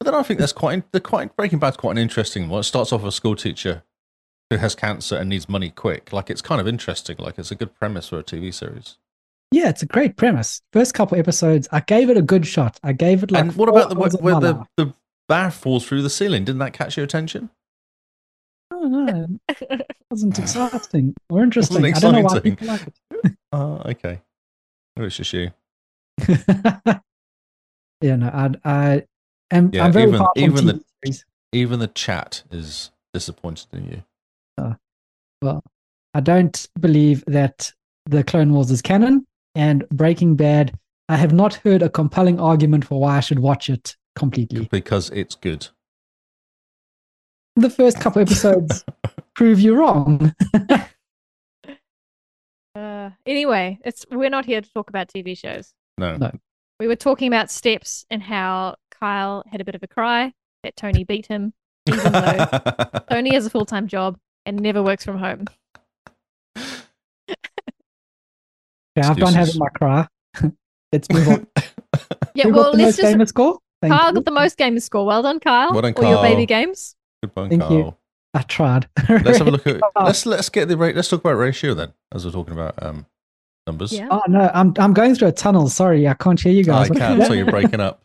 Speaker 3: But then I think that's quite the quite Breaking Bad's quite an interesting one. It starts off with a school teacher who has cancer and needs money quick. Like it's kind of interesting. Like it's a good premise for a TV series.
Speaker 2: Yeah, it's a great premise. First couple episodes, I gave it a good shot. I gave it like.
Speaker 3: and what
Speaker 2: four
Speaker 3: about the where,
Speaker 2: hours of
Speaker 3: where
Speaker 2: my
Speaker 3: the,
Speaker 2: life.
Speaker 3: the bath falls through the ceiling? Didn't that catch your attention?
Speaker 2: Oh, no, it wasn't exciting or interesting.
Speaker 3: Wasn't
Speaker 2: I don't know why
Speaker 3: exciting.
Speaker 2: people like it.
Speaker 3: Oh,
Speaker 2: Uh,
Speaker 3: okay. Maybe it's just you.
Speaker 2: yeah, no, I, I am.
Speaker 3: Yeah,
Speaker 2: I'm very
Speaker 3: even-
Speaker 2: far from
Speaker 3: even the-
Speaker 2: TV series.
Speaker 3: Even the chat is disappointed in you.
Speaker 2: I don't believe that the Clone Wars is canon and Breaking Bad. I have not heard a compelling argument for why I should watch it completely.
Speaker 3: Because it's good.
Speaker 2: The first couple episodes prove you wrong.
Speaker 1: Uh, anyway, it's we're not here to talk about TV shows.
Speaker 3: No.
Speaker 2: No.
Speaker 1: We were talking about steps and how Kyle had a bit of a cry that Tony beat him. Even though Tony has a full time job and never works from home.
Speaker 2: Yeah, I've done having
Speaker 3: Excuses.
Speaker 2: my cry. Let's move on.
Speaker 1: Yeah,
Speaker 2: Who got
Speaker 1: well, let's
Speaker 2: the most
Speaker 1: just.
Speaker 2: famous score? Thank
Speaker 1: Kyle
Speaker 2: you.
Speaker 1: got the most games score. Well done, Kyle.
Speaker 3: Well done,
Speaker 1: All your baby
Speaker 3: Kyle.
Speaker 1: games.
Speaker 3: good one,
Speaker 2: Thank you.
Speaker 3: Carl.
Speaker 2: I tried.
Speaker 3: Let's have a look at
Speaker 2: Oh.
Speaker 3: let's let's get the rate. Let's talk about ratio then, as we're talking about um numbers.
Speaker 1: Yeah.
Speaker 2: Oh no, I'm I'm going through a tunnel. Sorry, I can't hear you
Speaker 3: I
Speaker 2: guys.
Speaker 3: can't, so you're breaking up.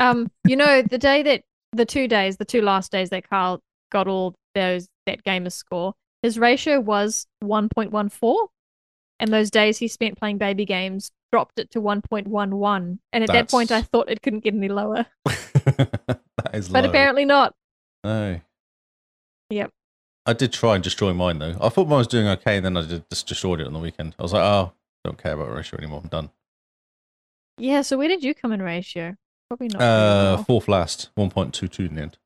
Speaker 1: Um, you know, the day that the two days, the two last days that Carl got all those that gamer score, his ratio was one point one four, and those days he spent playing baby games dropped it to one point one one. And at that point, I
Speaker 3: That's-
Speaker 1: thought it couldn't get any lower,
Speaker 3: that is
Speaker 1: but
Speaker 3: low.
Speaker 1: apparently not.
Speaker 3: No.
Speaker 1: Yep.
Speaker 3: I did try and destroy mine though. I thought mine was doing okay, and then I did, just destroyed it on the weekend. I was like, oh, don't care about ratio anymore. I'm done.
Speaker 1: Yeah. So where did you come in ratio? Probably not. very
Speaker 3: Uh,
Speaker 1: well.
Speaker 3: fourth last, one point two two in the end.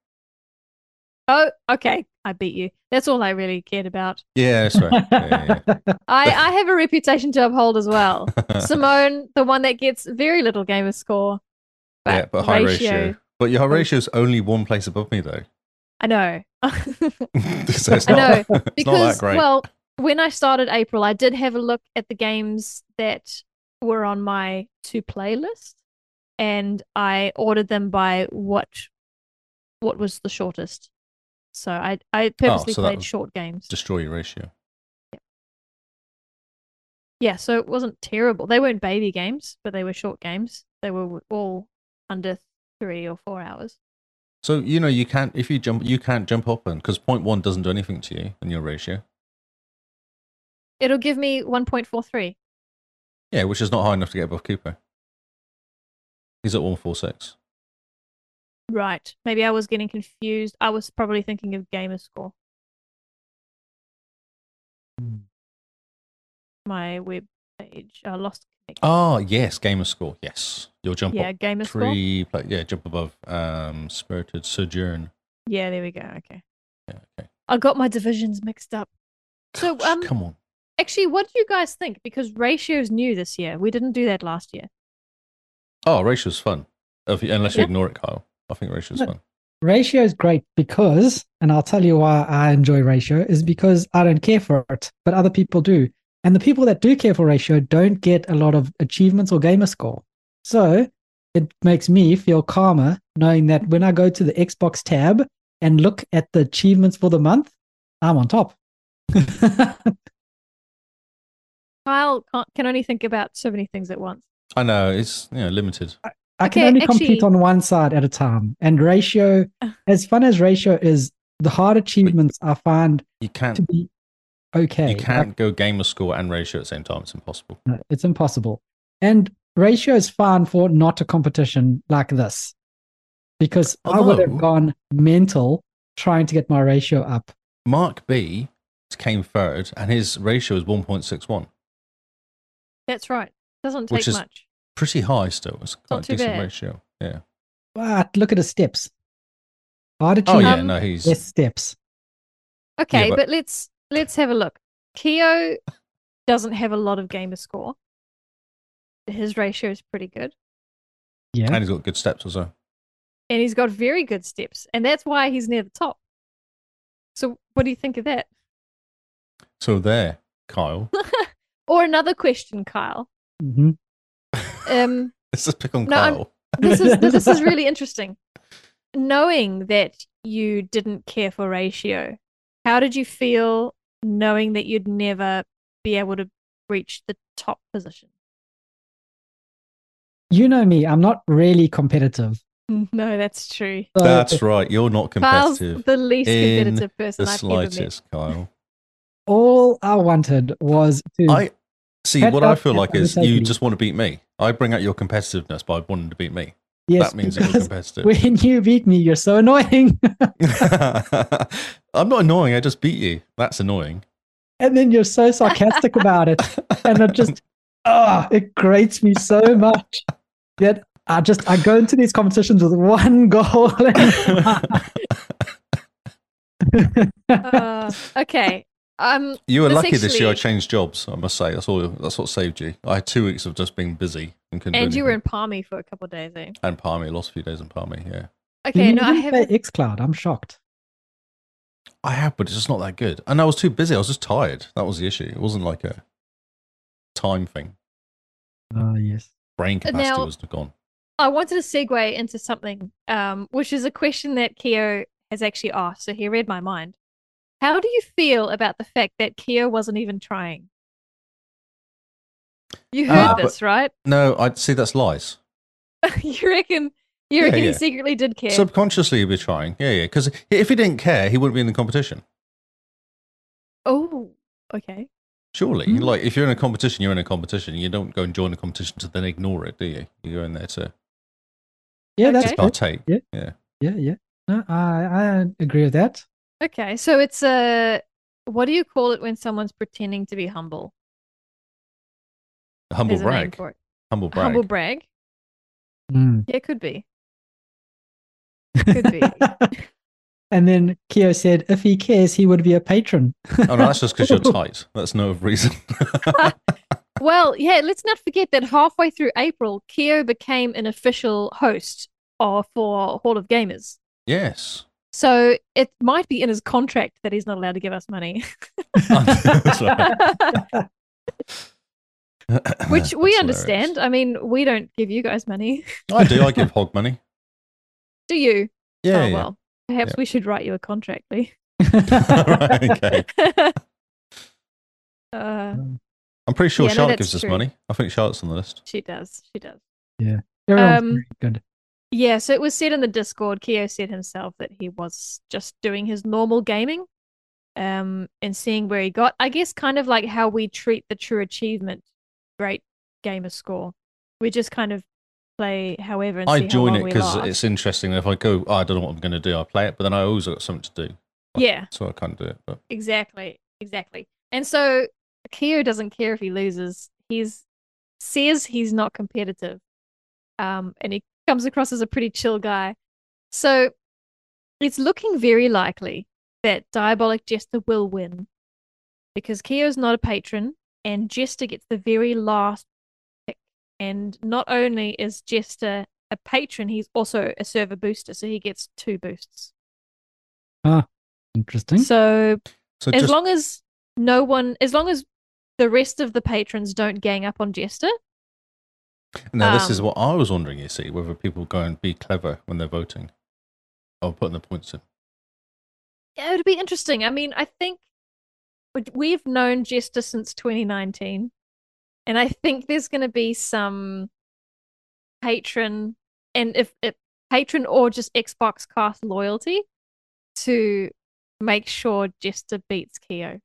Speaker 1: oh, okay. I beat you. That's all I really cared about.
Speaker 3: Yeah, that's right. Yeah,
Speaker 1: I, I have a reputation to uphold as well.
Speaker 3: yeah, yeah.
Speaker 1: Simone, the one that gets very little gamer score, but,
Speaker 3: yeah, but high ratio. But your ratio is only one place above me though.
Speaker 1: I know.
Speaker 3: so it's
Speaker 1: I
Speaker 3: not,
Speaker 1: know,
Speaker 3: it's not that
Speaker 1: because
Speaker 3: great.
Speaker 1: well, when I started April, I did have a look at the games that were on my to play list, and I ordered them by what what was the shortest. So I I purposely
Speaker 3: Oh, so that
Speaker 1: played
Speaker 3: was
Speaker 1: short games.
Speaker 3: destroy your ratio.
Speaker 1: Yeah, so it wasn't terrible. They weren't baby games, but they were short games. They were all under three or four hours.
Speaker 3: So you know you can't if you jump you can't jump up and because point one doesn't do anything to you in your ratio.
Speaker 1: It'll give me one point four three.
Speaker 3: Yeah, which is not high enough to get above Cooper. He's at one four six.
Speaker 1: Right. Maybe I was getting confused. I was probably thinking of gamer score.
Speaker 3: Hmm.
Speaker 1: My web page. I lost connection.
Speaker 3: Ah, yes, gamer score. Yes, you'll jump
Speaker 1: yeah,
Speaker 3: up
Speaker 1: gamer score.
Speaker 3: three. Play, yeah, jump above um spirited sojourn.
Speaker 1: Yeah, there we go. Okay.
Speaker 3: Yeah, okay.
Speaker 1: I got my divisions mixed up. So,
Speaker 3: Gosh,
Speaker 1: um,
Speaker 3: come on.
Speaker 1: Actually, what do you guys think? Because ratio's new this year. We didn't do that last year.
Speaker 3: Oh, ratio's fun. If you- unless you
Speaker 1: Yeah.
Speaker 3: ignore it, Kyle. I think ratio's
Speaker 2: No.
Speaker 3: fun.
Speaker 2: Ratio is great because, and I'll tell you why I enjoy ratio, is because I don't care for it, but other people do. And the people that do care for ratio don't get a lot of achievements or gamer score. So it makes me feel calmer knowing that when I go to the Xbox tab and look at the achievements for the month, I'm on top.
Speaker 1: Kyle can't, can only think about so many things at once.
Speaker 3: I know it's you know limited.
Speaker 2: I
Speaker 1: Okay,
Speaker 2: can only
Speaker 1: actually- Uh.
Speaker 2: compete on one side at a time. And ratio,
Speaker 1: Ugh.
Speaker 2: as fun as ratio is, the hard achievements I find
Speaker 3: You
Speaker 2: to
Speaker 3: can't
Speaker 2: be okay.
Speaker 3: you can't go gamer score and ratio at the same time. It's impossible.
Speaker 2: No, it's impossible. And ratio is fine for not a competition like this, because I would have
Speaker 3: Although-
Speaker 2: gone mental trying to get my ratio up.
Speaker 3: Mark B came third, and his ratio is one point six one.
Speaker 1: That's right. Doesn't
Speaker 3: Which
Speaker 1: take
Speaker 3: is-
Speaker 1: much.
Speaker 3: Pretty high still. It's quite
Speaker 1: Not
Speaker 3: a
Speaker 1: too
Speaker 3: decent
Speaker 1: bad.
Speaker 3: ratio. Yeah.
Speaker 2: But look at his steps. Hard
Speaker 3: Oh
Speaker 2: achievement,
Speaker 3: yeah.
Speaker 1: Um,
Speaker 3: No, he's
Speaker 2: less steps.
Speaker 1: Okay,
Speaker 3: but-
Speaker 1: but... let's let's have a look. Keo doesn't have a lot of gamer score. His ratio is pretty good,
Speaker 2: Yeah.
Speaker 3: and he's got good steps as well.
Speaker 1: and he's got very good steps, and that's why he's near the top. So, what do you think of that?
Speaker 3: So there, Kyle.
Speaker 1: Or another question, Kyle.
Speaker 2: hmm
Speaker 1: Um,
Speaker 3: Let's just pick on
Speaker 1: No, I'm-
Speaker 3: Kyle.
Speaker 1: this is this is really interesting. Knowing that you didn't care for ratio, how did you feel knowing that you'd never be able to reach the top position?
Speaker 2: You know me, I'm not really competitive.
Speaker 1: No, that's true.
Speaker 2: So
Speaker 3: That's right. You're not
Speaker 1: Kyle's
Speaker 3: competitive.
Speaker 1: the least
Speaker 3: in
Speaker 1: competitive person
Speaker 3: The
Speaker 1: I've ever met.
Speaker 3: slightest, Kyle.
Speaker 2: all I wanted was to.
Speaker 3: I see.
Speaker 2: Head
Speaker 3: What I
Speaker 2: up,
Speaker 3: feel
Speaker 2: head
Speaker 3: like
Speaker 2: down,
Speaker 3: is
Speaker 2: take
Speaker 3: you
Speaker 2: lead.
Speaker 3: just want to beat me. I bring out your competitiveness by wanting to beat me.
Speaker 2: yes,
Speaker 3: that means that you're
Speaker 2: because
Speaker 3: competitive.
Speaker 2: when you beat me, you're so annoying.
Speaker 3: I'm not annoying. I just beat you. That's annoying.
Speaker 2: and then you're so sarcastic about it. and it just ah, it grates me so much that I just I go into these competitions with one goal.
Speaker 1: Uh, okay. Um,
Speaker 3: you were
Speaker 1: That's
Speaker 3: lucky this year. I
Speaker 1: actually-
Speaker 3: changed jobs. I must say that's all. That's what saved you. I had two weeks of just being busy and couldn't do
Speaker 1: and you were in
Speaker 3: anything.
Speaker 1: Palmy for a couple of days, eh?
Speaker 3: and Palmy. Lost a few days in Palmy. Yeah,
Speaker 1: Okay,
Speaker 2: you
Speaker 1: no, I
Speaker 2: didn't
Speaker 1: haven't.
Speaker 2: play XCloud. I'm shocked.
Speaker 3: I have, but it's just not that good. And I was too busy. I was just tired. That was the issue. It wasn't like a time thing.
Speaker 2: Oh yes.
Speaker 3: Brain capacity
Speaker 1: Now-
Speaker 3: was gone.
Speaker 1: I wanted to segue into something, um, which is a question that Keo has actually asked. So he read my mind. How do you feel about the fact that Keo wasn't even trying? You heard
Speaker 3: Ah, but-
Speaker 1: this, right?
Speaker 3: No, I see. That's lies.
Speaker 1: you reckon? You
Speaker 3: Yeah,
Speaker 1: reckon he
Speaker 3: yeah.
Speaker 1: secretly did care?
Speaker 3: Subconsciously, he'd be trying. Yeah, yeah. Because if he didn't care, he wouldn't be in the competition.
Speaker 1: oh, okay.
Speaker 3: Surely,
Speaker 2: Hmm.
Speaker 3: like if you're in a competition, you're in a competition. You don't go and join a competition to then ignore it, do you? You go in there to
Speaker 2: Yeah,
Speaker 1: Okay.
Speaker 2: that's
Speaker 3: just
Speaker 2: good.
Speaker 3: partake.
Speaker 2: Yeah.
Speaker 3: yeah.
Speaker 2: Yeah, yeah. No, I I agree with that.
Speaker 1: Okay, so it's a what do you call it when someone's pretending to be humble?
Speaker 3: A Humble
Speaker 1: There's a name
Speaker 3: brag.
Speaker 1: for it.
Speaker 3: Humble brag.
Speaker 1: Humble brag.
Speaker 2: Mm.
Speaker 1: Yeah, could be. Could be.
Speaker 2: and then Keo said, if he cares, he would be a patron.
Speaker 3: oh no, that's just because you're tight. That's no reason.
Speaker 1: Well, yeah, let's not forget that halfway through April, Keo became an official host of, for Hall of Gamers.
Speaker 3: yes.
Speaker 1: So it might be in his contract that he's not allowed to give us money,
Speaker 3: Sorry.
Speaker 1: which we
Speaker 3: That's
Speaker 1: understand. I mean, we don't give you guys money,
Speaker 3: hilarious. I do. I give hog money.
Speaker 1: do you?
Speaker 3: Yeah.
Speaker 1: oh,
Speaker 3: yeah.
Speaker 1: well, perhaps
Speaker 3: Yeah.
Speaker 1: we should write you a contract, Lee.
Speaker 3: Right, okay.
Speaker 1: uh,
Speaker 3: I'm pretty sure
Speaker 1: Yeah, no,
Speaker 3: Charlotte
Speaker 1: that's
Speaker 3: gives us
Speaker 1: true.
Speaker 3: money. I think Charlotte's on the list.
Speaker 1: she does. She does.
Speaker 2: Everyone's
Speaker 1: Um,
Speaker 2: very good.
Speaker 1: Yeah, so it was said in the Discord, Keo said himself that he was just doing his normal gaming um, and seeing where he got. I guess kind of like how we treat the true achievement, great gamer score. We just kind of play however and
Speaker 3: I
Speaker 1: see how
Speaker 3: join
Speaker 1: long
Speaker 3: it
Speaker 1: we
Speaker 3: because
Speaker 1: last.
Speaker 3: it's interesting. If I go, "Oh, I don't know what I'm going to do. I play it, but then I always got something to do,
Speaker 1: Yeah,
Speaker 3: so I can't do it. But
Speaker 1: exactly. Exactly. And so Keo doesn't care if he loses. He's says he's not competitive. Um, and he comes across as a pretty chill guy. So it's looking very likely that Diabolic Jester will win because Keo's not a patron and Jester gets the very last pick. And not only is Jester a patron, he's also a server booster, so he gets two boosts.
Speaker 2: Interesting.
Speaker 1: So
Speaker 3: So
Speaker 1: as
Speaker 3: just
Speaker 1: long as no one, as long as the rest of the patrons don't gang up on Jester,
Speaker 3: now, this is
Speaker 1: um,
Speaker 3: what I was wondering. You see, whether people go and be clever when they're voting or putting the points in.
Speaker 1: yeah, it would be interesting. I mean, I think we- we've known Jester since 2019, and I think there's going to be some patron, and if it, patron or just Xbox cast loyalty to make sure Jester beats Keo.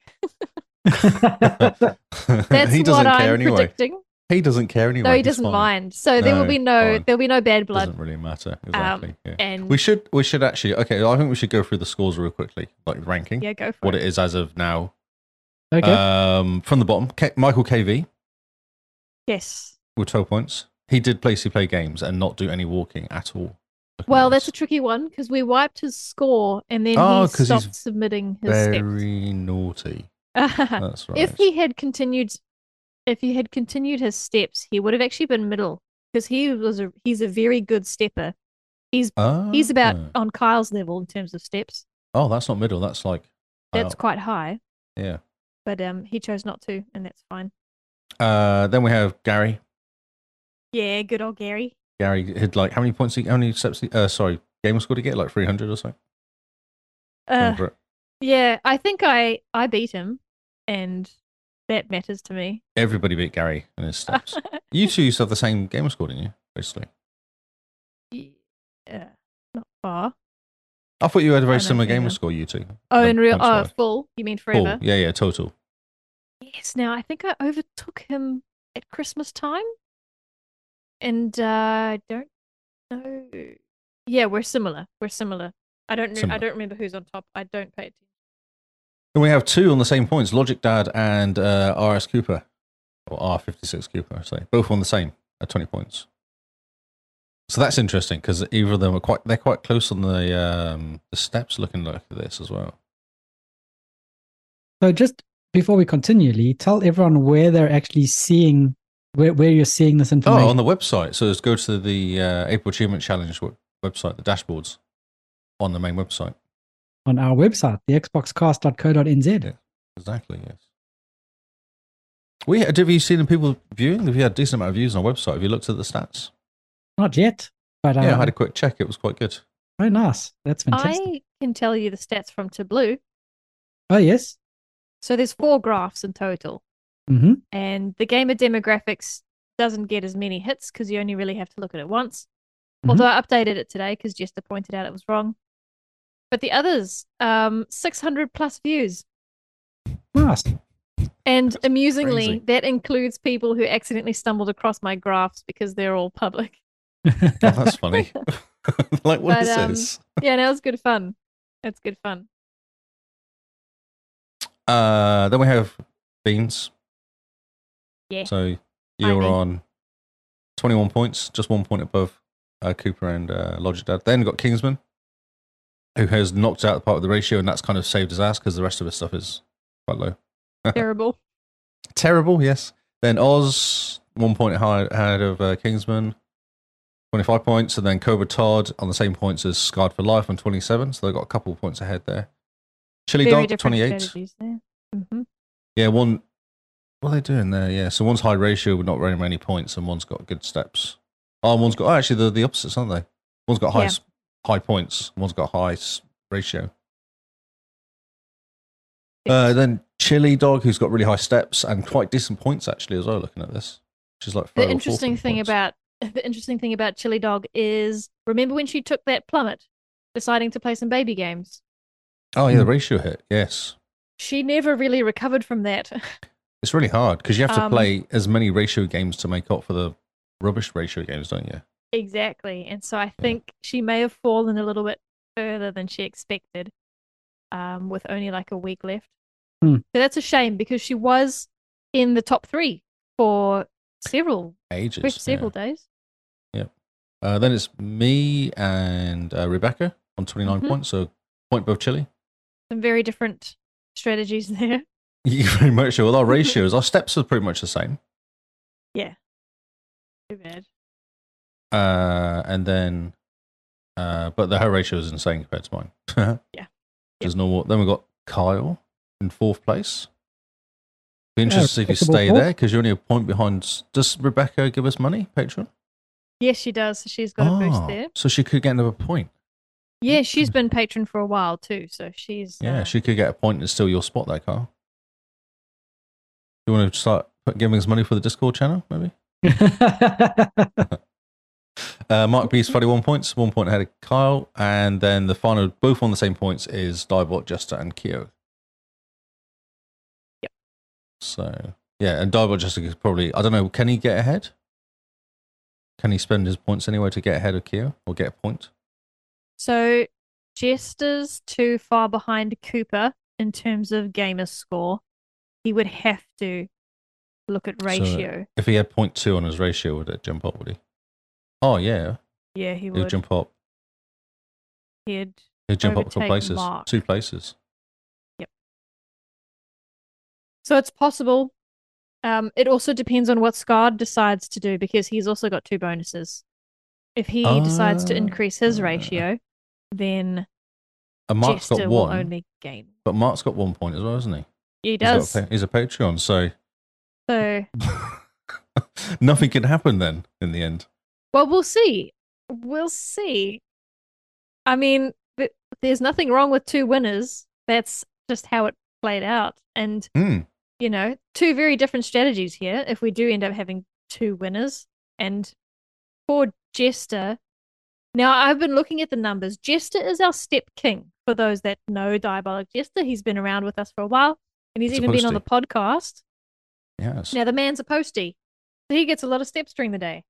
Speaker 1: That's
Speaker 3: he
Speaker 1: what
Speaker 3: doesn't care
Speaker 1: I'm
Speaker 3: anyway.
Speaker 1: predicting.
Speaker 3: He doesn't care anyway.
Speaker 1: No, he
Speaker 3: He's
Speaker 1: doesn't
Speaker 3: fine.
Speaker 1: mind. So there will
Speaker 3: No,
Speaker 1: be no
Speaker 3: fine.
Speaker 1: there'll be no bad blood. um,
Speaker 3: Doesn't really matter. Exactly. yeah.
Speaker 1: And
Speaker 3: We should we should actually okay. I think we should go through the scores real quickly, like ranking
Speaker 1: yeah, go for
Speaker 3: what
Speaker 1: it.
Speaker 3: it is as of now.
Speaker 2: okay.
Speaker 3: Um, from the bottom, K- Michael KV
Speaker 1: Yes.
Speaker 3: with twelve points. He did placey play games and not do any walking at all. Look at
Speaker 1: Well,
Speaker 3: this.
Speaker 1: that's a tricky one because we wiped his score and then
Speaker 3: Oh,
Speaker 1: he
Speaker 3: 'cause he's
Speaker 1: stopped submitting his steps.
Speaker 3: very naughty. That's right.
Speaker 1: Uh, If he had continued, if he had continued his steps, he would have actually been middle because he was a he's a very good stepper. He's about
Speaker 3: Ah.
Speaker 1: on Kyle's level in terms of steps.
Speaker 3: Oh, that's not middle. That's like
Speaker 1: That's
Speaker 3: out.
Speaker 1: quite high,
Speaker 3: yeah.
Speaker 1: but um, he chose not to, and that's fine.
Speaker 3: Uh, then we have Gary.
Speaker 1: Yeah, good old Gary.
Speaker 3: Gary had like how many points? He, how many steps? He, uh, sorry, game score to get like three hundred or so.
Speaker 1: Uh,
Speaker 3: Remember it.
Speaker 1: yeah, I think I I beat him, and that matters to me.
Speaker 3: Everybody beat Gary in his
Speaker 1: uh,
Speaker 3: steps. you two used to have the same game score, didn't you? Basically,
Speaker 1: yeah, not far.
Speaker 3: I thought you had
Speaker 1: I
Speaker 3: a very
Speaker 1: don't
Speaker 3: similar
Speaker 1: think
Speaker 3: game
Speaker 1: I-
Speaker 3: score. You two.
Speaker 1: Oh,
Speaker 3: Um,
Speaker 1: in real, oh,
Speaker 3: punch-wise.
Speaker 1: full. You mean forever?
Speaker 3: Cool. Yeah, yeah, total.
Speaker 1: Yes, now I think I overtook him at Christmas time. And uh, I don't know. Yeah, we're similar. We're similar. I don't know. I
Speaker 3: Similar.
Speaker 1: don't remember who's on top. I don't pay attention.
Speaker 3: And we have two on the same points: Logic Dad and uh, RS Cooper, or R fifty six Cooper. I say both on the same at twenty points. So that's interesting because either of them are quite—they're quite close on the um, the steps. Looking like this as well.
Speaker 2: So just before we continue, Lee, tell everyone where they're actually seeing where, where you're seeing this
Speaker 3: Oh,
Speaker 2: information.
Speaker 3: on the website. So let's go to the uh, April Achievement Challenge w- website, the dashboards on the main website.
Speaker 2: on our website, the xboxcast.co.nz.
Speaker 3: Yeah. Exactly. Yes. We had- have you seen the people viewing? Have you had a decent amount of views on our website? Have you looked at the stats?
Speaker 2: Not yet, but uh,
Speaker 3: Yeah, I had a quick check. It was quite good.
Speaker 2: very nice. That's fantastic.
Speaker 1: I can tell you the stats from Tableau.
Speaker 2: Oh yes.
Speaker 1: So there's four graphs in total.
Speaker 2: hmm
Speaker 1: And the gamer demographics doesn't get as many hits because you only really have to look at it once.
Speaker 2: Mhm.
Speaker 1: Although I updated it today because Jester pointed out it was wrong. But the others, um, 600 plus views.
Speaker 2: Nice.
Speaker 1: And
Speaker 3: That's
Speaker 1: amusingly,
Speaker 3: crazy.
Speaker 1: that includes people who accidentally stumbled across my graphs because they're all public.
Speaker 3: Oh, that's funny. like, what
Speaker 1: But,
Speaker 3: is
Speaker 1: um,
Speaker 3: this?
Speaker 1: Yeah, that was good fun. That's good fun.
Speaker 3: Uh, then we have Beans.
Speaker 1: Yeah.
Speaker 3: So
Speaker 1: Hi,
Speaker 3: you're
Speaker 1: Bean.
Speaker 3: on 21 points, just one point above uh, Cooper and uh, Logic Dad. Then we've got Kingsman, who has knocked out the part of the ratio, and that's kind of saved his ass because the rest of his stuff is quite low.
Speaker 1: Terrible.
Speaker 3: Terrible, yes. Then Oz, one point high- ahead of uh, Kingsman, 25 points. And then Cobra Todd on the same points as Scarred for Life on 27. So they've got a couple of points ahead there. Chili
Speaker 1: Very
Speaker 3: Dog,
Speaker 1: different
Speaker 3: 28.
Speaker 1: strategies there.
Speaker 3: Uh,
Speaker 1: hmm
Speaker 3: Yeah, one. What are they doing there? Yeah, so one's high ratio with not very many points, and one's got good steps. Oh, and one's got oh, actually they're the opposites, aren't they? One's got high
Speaker 1: Yeah.
Speaker 3: s high points, and one's got high s- ratio. Uh, then Chili Dog, who's got really high steps and quite decent points actually as well. Looking at this, she's like third or
Speaker 1: the
Speaker 3: fourth
Speaker 1: interesting
Speaker 3: in
Speaker 1: thing
Speaker 3: points.
Speaker 1: about the interesting thing about Chili Dog is remember when she took that plummet, deciding to play some baby games.
Speaker 3: oh yeah, the ratio hit. Yes,
Speaker 1: She never really recovered from that.
Speaker 3: it's really hard because you have to
Speaker 1: Um,
Speaker 3: play as many ratio games to make up for the rubbish ratio games, don't you?
Speaker 1: Exactly. And so I think she may have fallen a little bit further than she expected, um, with only like a week left.
Speaker 2: Hmm.
Speaker 1: So that's a shame because she was in the top three for several
Speaker 3: Ages.
Speaker 1: for
Speaker 3: yeah.
Speaker 1: several days.
Speaker 3: Uh, then it's me and uh, Rebecca on 29
Speaker 1: Mhm.
Speaker 3: points, so point above Chile.
Speaker 1: Some very different strategies there.
Speaker 3: You're very much sure. Well, our ratios, our steps are pretty much the same.
Speaker 1: Too bad.
Speaker 3: Uh, and then, uh, but the her ratio is insane compared to mine.
Speaker 1: Yeah.
Speaker 3: Which is normal. Then we got Kyle in fourth place. Be interested to see if you
Speaker 2: respectable
Speaker 3: stay
Speaker 2: fourth.
Speaker 3: there because you're only a point behind. s- Does Rebecca give us money, patron?
Speaker 1: Yes, she does. So she's got a boost
Speaker 3: Ah,
Speaker 1: there.
Speaker 3: So she could get another point.
Speaker 1: Yeah, she's been patron for a while too, so she's
Speaker 3: Yeah,
Speaker 1: uh,
Speaker 3: she could get a point and steal your spot there, Kyle. You want to start put- giving us money for the Discord channel, maybe? Uh, Mark B's 41 points, one point ahead of Kyle. And then the final, both on the same points, is Divebot, Jester, and Keo.
Speaker 1: Yep.
Speaker 3: So, yeah, and Divebot, Jester is probably, I don't know, can he get ahead? Can he spend his points anyway to get ahead of Keo or get a point?
Speaker 1: So Jester's too far behind Cooper in terms of gamer score. He would have to look at ratio.
Speaker 3: If he had 0.2 on his ratio, would it jump up, would he? Oh, yeah,
Speaker 1: yeah, he
Speaker 3: he would
Speaker 1: would.
Speaker 3: jump up.
Speaker 1: He'd
Speaker 3: He'd jump up a couple
Speaker 1: Overtake
Speaker 3: places,
Speaker 1: Mark.
Speaker 3: two places.
Speaker 1: So it's possible. Um, it also depends on what Scard decides to do because he's also got two bonuses. If he decides to
Speaker 3: Ah.
Speaker 1: increase his ratio, then
Speaker 3: And Mark's
Speaker 1: Jester
Speaker 3: got
Speaker 1: will
Speaker 3: one,
Speaker 1: only gain.
Speaker 3: but Mark's got one point as well, hasn't he?
Speaker 1: He
Speaker 3: He's got a
Speaker 1: does.
Speaker 3: pa- he's a Patreon, so
Speaker 1: So,
Speaker 3: nothing can happen then in the end.
Speaker 1: well, we'll see. We'll see. I mean, th- there's nothing wrong with two winners. That's just how it played out. And
Speaker 3: Hmm.
Speaker 1: you know, two very different strategies here if we do end up having two winners. And for Jester, now I've been looking at the numbers. Jester is our step king. For those that know Diabolic Jester, he's been around with us for a while and he's
Speaker 3: He's a
Speaker 1: even been on the
Speaker 3: postie.
Speaker 1: podcast.
Speaker 3: Yes.
Speaker 1: Now, the man's a postie, so he gets a lot of steps during the day.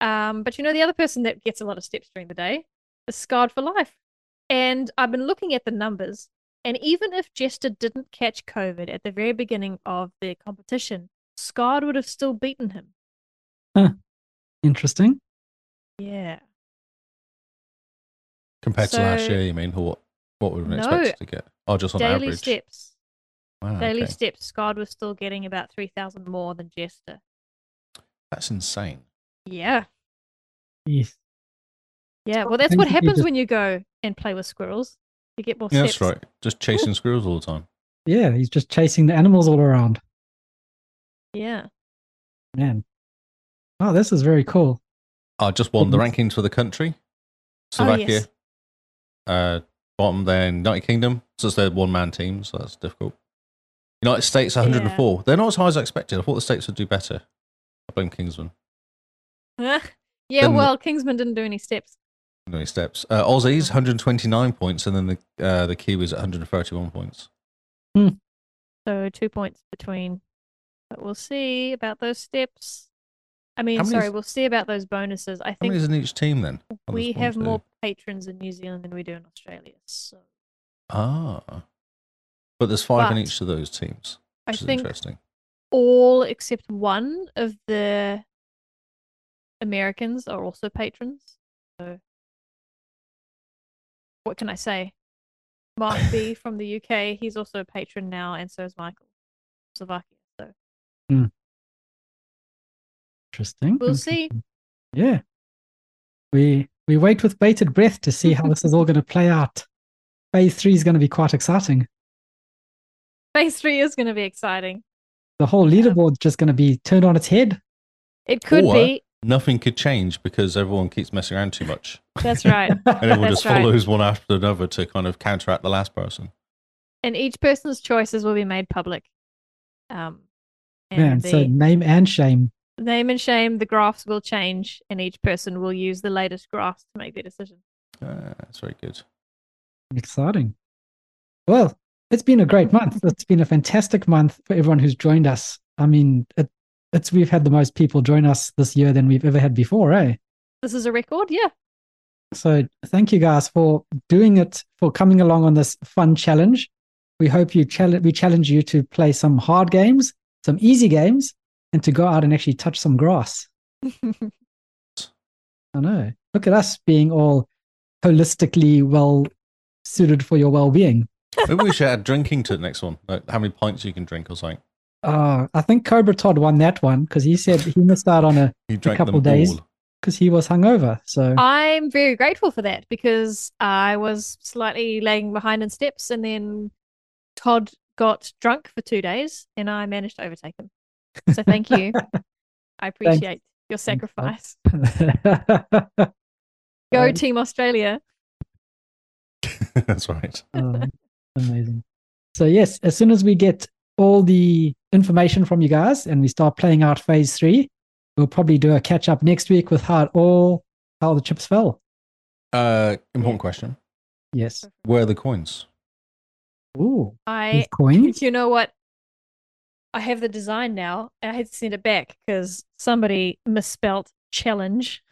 Speaker 1: Um, but you know, the other person that gets a lot of steps during the day is scarred for life. And I've been looking at the numbers, and even if Jester didn't catch COVID at the very beginning of the competition, Scarred would have still beaten him.
Speaker 2: Interesting.
Speaker 1: Yeah.
Speaker 3: Compared to last
Speaker 1: so-
Speaker 3: year, you mean, or what? What would we
Speaker 1: No.
Speaker 3: expect to get? Oh, just on
Speaker 1: Daily
Speaker 3: average.
Speaker 1: steps.
Speaker 3: Wow,
Speaker 1: Daily
Speaker 3: okay.
Speaker 1: steps. Scarred was still getting about 3,000 more than Jester.
Speaker 3: That's insane.
Speaker 1: Yeah.
Speaker 2: Yes.
Speaker 1: Yeah. Well, that's
Speaker 2: Thank
Speaker 1: what
Speaker 2: you,
Speaker 1: happens
Speaker 2: Edith.
Speaker 1: when you go and play with squirrels. You get more
Speaker 3: Yeah,
Speaker 1: steps.
Speaker 3: that's right. Just chasing squirrels all the time.
Speaker 2: Yeah, he's just chasing the animals all around.
Speaker 1: Yeah.
Speaker 2: Man. Oh, this is very cool.
Speaker 3: I just won the
Speaker 2: Goodness.
Speaker 3: rankings for the country. Slovakia,
Speaker 1: Oh, yes.
Speaker 3: uh, bottom then United Kingdom. So it's their one man team, so that's difficult. United States 104. They're not as high as I expected. I thought the States would do better. I blame Kingsman.
Speaker 1: Huh? yeah,
Speaker 3: Then-
Speaker 1: well, Kingsman didn't do any steps.
Speaker 3: No he steps. Uh, Aussies 129 points, and then the uh, the Kiwis at 131 points.
Speaker 1: So two points between. But we'll see about those steps. I mean,
Speaker 3: How many
Speaker 1: sorry,
Speaker 3: is-
Speaker 1: we'll see about those bonuses. I
Speaker 3: How
Speaker 1: think
Speaker 3: many is in each team then? Oh, there's
Speaker 1: we
Speaker 3: one,
Speaker 1: have
Speaker 3: two.
Speaker 1: more patrons in New Zealand than we do in Australia. So
Speaker 3: Ah, but there's five in
Speaker 1: But-
Speaker 3: each of those teams,
Speaker 1: I
Speaker 3: which is
Speaker 1: think
Speaker 3: interesting.
Speaker 1: all except one of the Americans are also patrons. So what can I say? Mark B from the UK, he's also a patron now, and so is Michael Slovakia. So
Speaker 2: Interesting.
Speaker 1: We'll see.
Speaker 2: Yeah. We we wait with bated breath to see how this is all going to play out. Phase three is going to be quite exciting.
Speaker 1: phase three is going to be exciting.
Speaker 2: The whole leaderboard's just going to be turned on its head.
Speaker 1: It could
Speaker 3: Or-
Speaker 1: be.
Speaker 3: Nothing could change because everyone keeps messing around too much.
Speaker 1: That's right.
Speaker 3: And everyone
Speaker 1: That's
Speaker 3: just
Speaker 1: right.
Speaker 3: follows one after another to kind of counteract the last person.
Speaker 1: and each person's choices will be made public. Um, and
Speaker 2: Man,
Speaker 1: the
Speaker 2: so name and shame.
Speaker 1: name and shame, the graphs will change, and each person will use the latest graphs to make their decision.
Speaker 3: Ah, that's very good.
Speaker 2: Exciting. Well, it's been a great month. It's been a fantastic month for everyone who's joined us. I mean, it, it's we've had the most people join us this year than we've ever had before, eh?
Speaker 1: This is a record, yeah.
Speaker 2: So thank you guys for doing it, for coming along on this fun challenge. We hope you challenge we challenge you to play some hard games, some easy games, and to go out and actually touch some grass. I know. Look at us being all holistically well suited for your well being.
Speaker 3: Maybe we should add drinking to the next one. Like how many pints you can drink or something.
Speaker 2: Ah, Uh, I think Cobra Todd won that one because he said he missed out on a
Speaker 3: You drank
Speaker 2: couple
Speaker 3: them
Speaker 2: days.
Speaker 3: all.
Speaker 2: because he was hungover. So
Speaker 1: I'm very grateful for that because I was slightly lagging behind in steps, and then Todd got drunk for two days, and I managed to overtake him. So thank you. I appreciate your sacrifice. Go
Speaker 2: Um,
Speaker 1: Team Australia.
Speaker 3: That's right.
Speaker 2: Um, amazing. So yes, as soon as we get all the information from you guys and we start playing out phase three, we'll probably do a catch up next week with how it all how the chips fell.
Speaker 3: Uh, important question:
Speaker 2: Yes.
Speaker 3: Where are the coins?
Speaker 2: Ooh,
Speaker 1: I
Speaker 2: these
Speaker 3: Mm-hmm.
Speaker 2: coins.
Speaker 1: you know what? I have the design now. and I had to send it back because somebody misspelt challenge.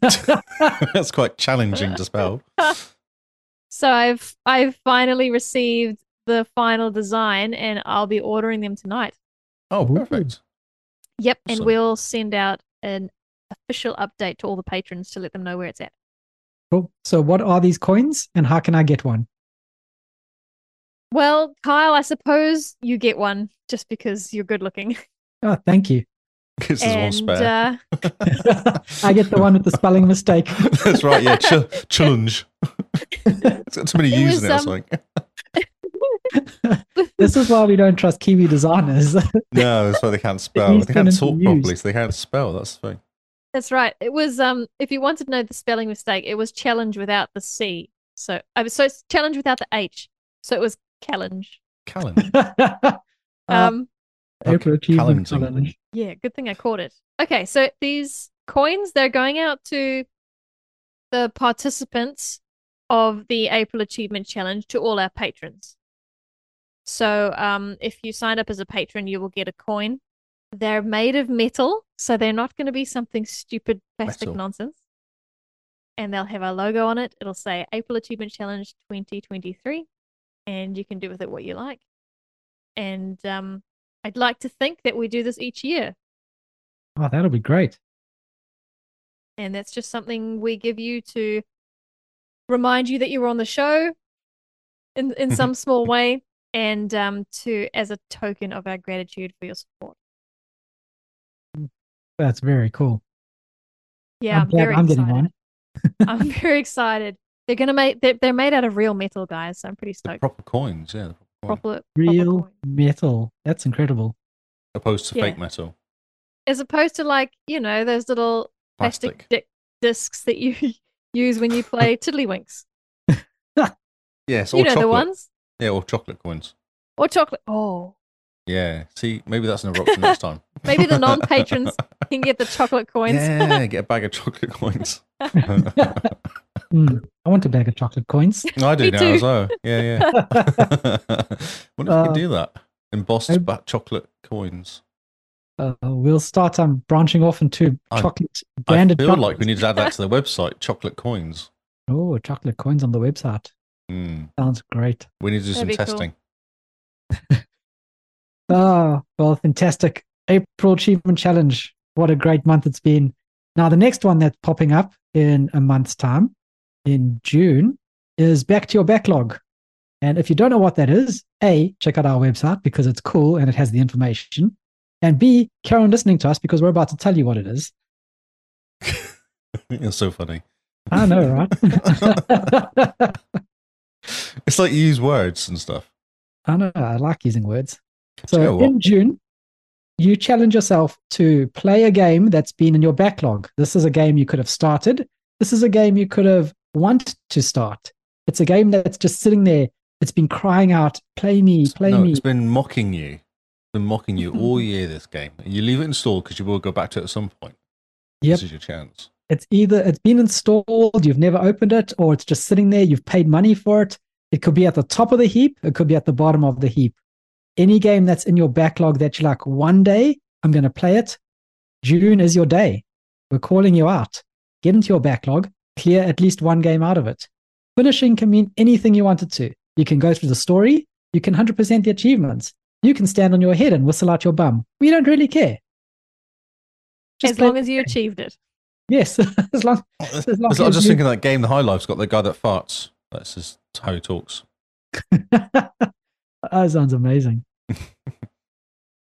Speaker 3: That's quite challenging to spell.
Speaker 1: So I've I've finally received the final design, and I'll be ordering them tonight.
Speaker 3: Oh,
Speaker 2: Ooh.
Speaker 3: perfect.
Speaker 1: Yep,
Speaker 3: Awesome.
Speaker 1: and we'll send out an official update to all the patrons to let them know where it's at.
Speaker 2: Cool. Oh, So what are these coins and how can I get one?
Speaker 1: Well, Kyle, I suppose you get one just because you're good looking.
Speaker 2: Oh, thank you.
Speaker 3: Because there's one
Speaker 1: and
Speaker 3: spare.
Speaker 1: uh,
Speaker 2: I get the one with the spelling mistake.
Speaker 3: That's right. Yeah, ch- challenge. it's got too many
Speaker 1: It
Speaker 3: U's
Speaker 1: was,
Speaker 3: now. It's
Speaker 1: um,
Speaker 3: like
Speaker 2: This is why we don't trust Kiwi designers.
Speaker 3: no, that's why they can't spell.
Speaker 2: needs
Speaker 3: They
Speaker 2: to
Speaker 3: can't
Speaker 2: be
Speaker 3: talk
Speaker 2: used.
Speaker 3: properly, so they can't spell. That's the thing.
Speaker 1: that's right. It was um if you wanted to know the spelling mistake, it was challenge without the C. So I was so it's challenge without the H. So it was challenge.
Speaker 3: Callan.
Speaker 2: Uh,
Speaker 1: Um
Speaker 2: April Achievement
Speaker 3: Callum's English.
Speaker 2: Challenge.
Speaker 1: yeah, good thing I caught it. Okay, so these coins they're going out to the participants of the April Achievement Challenge to all our patrons. So um, if you sign up as a patron, you will get a coin. They're made of metal, so they're not going to be something stupid plastic
Speaker 3: Metal.
Speaker 1: nonsense. And they'll have our logo on it. It'll say April Achievement Challenge 2023, and you can do with it what you like. And um, I'd like to think that we do this each year,
Speaker 2: Oh, that'll be great.
Speaker 1: and that's just something we give you to remind you that you were on the show in in
Speaker 2: Mm-hmm.
Speaker 1: some small way, and um, to as a token of our gratitude for your support.
Speaker 2: That's very cool.
Speaker 1: Yeah,
Speaker 2: I'm
Speaker 1: I'm,
Speaker 2: glad
Speaker 1: very
Speaker 2: I'm getting
Speaker 1: excited.
Speaker 2: one.
Speaker 1: I'm very excited. They're gonna make they're, they're made out of real metal, guys. So I'm pretty
Speaker 3: The
Speaker 1: stoked.
Speaker 3: proper coins, yeah. The proper coin,
Speaker 1: Proper, proper
Speaker 2: Real
Speaker 1: coin.
Speaker 2: metal. That's incredible.
Speaker 3: opposed to
Speaker 1: Yeah.
Speaker 3: fake metal.
Speaker 1: as opposed to like you know those little
Speaker 3: Plastic.
Speaker 1: plastic, dic- discs that you use when you play Tiddlywinks.
Speaker 3: Yes, or
Speaker 1: You know
Speaker 3: chocolate.
Speaker 1: the ones
Speaker 3: Yeah, or chocolate coins.
Speaker 1: or chocolate. Oh,
Speaker 3: Yeah. See, maybe that's an eruption next time.
Speaker 1: Maybe the non-patrons you can get the chocolate coins.
Speaker 3: Yeah, get a bag of chocolate coins. I
Speaker 2: Hmm. I want a bag of chocolate coins.
Speaker 3: do
Speaker 1: Me
Speaker 3: now
Speaker 1: too.
Speaker 3: as well. Yeah, yeah. Wonder if you
Speaker 2: Uh,
Speaker 3: can do that. Embossed
Speaker 2: I-
Speaker 3: ba- chocolate coins.
Speaker 2: Uh, we'll start um, branching off into
Speaker 3: I-
Speaker 2: chocolate branded.
Speaker 3: I feel like we
Speaker 2: chocolates.
Speaker 3: need to add that to the website. Chocolate coins.
Speaker 2: Oh, chocolate coins on the website.
Speaker 3: Mm,
Speaker 2: Sounds great.
Speaker 3: we need to do
Speaker 1: That'd
Speaker 3: some
Speaker 1: be cool.
Speaker 3: testing.
Speaker 2: Oh, well, fantastic. April Achievement Challenge. What a great month it's been. Now, the next one that's popping up in a month's time, in June, is Back to Your Backlog. And if you don't know what that is, A, check out our website because it's cool and it has the information. And B, carry on listening to us because we're about to tell you what it is.
Speaker 3: It's so funny.
Speaker 2: I know, right?
Speaker 3: It's like you use words and stuff.
Speaker 2: I know. I like using words.
Speaker 3: Do you
Speaker 2: So
Speaker 3: know what?
Speaker 2: in June, you challenge yourself to play a game that's been in your backlog. This is a game you could have started. This is a game you could have want to start. It's a game that's just sitting there. It's been crying out, "Play me, play
Speaker 3: no,
Speaker 2: me."
Speaker 3: it's been mocking you. It's been mocking you all year, this game. And you leave it installed because you will go back to it at some point.
Speaker 2: Yep.
Speaker 3: This is your chance.
Speaker 2: It's either it's been installed, you've never opened it, or it's just sitting there, you've paid money for it. It could be at the top of the heap, it could be at the bottom of the heap. Any game that's in your backlog that you're like, one day I'm going to play it, June is your day. We're calling you out. Get into your backlog, clear at least one game out of it. Finishing can mean anything you wanted to. You can go through the story, you can 100% the achievements, you can stand on your head and whistle out your bum. We don't really care.
Speaker 1: as long as you achieved it.
Speaker 2: Yes, as long
Speaker 3: It's-
Speaker 2: as long
Speaker 3: I was
Speaker 2: as
Speaker 3: just
Speaker 2: you-
Speaker 3: thinking that game, The High Life's got the guy that farts. That's just how he talks.
Speaker 2: that sounds amazing.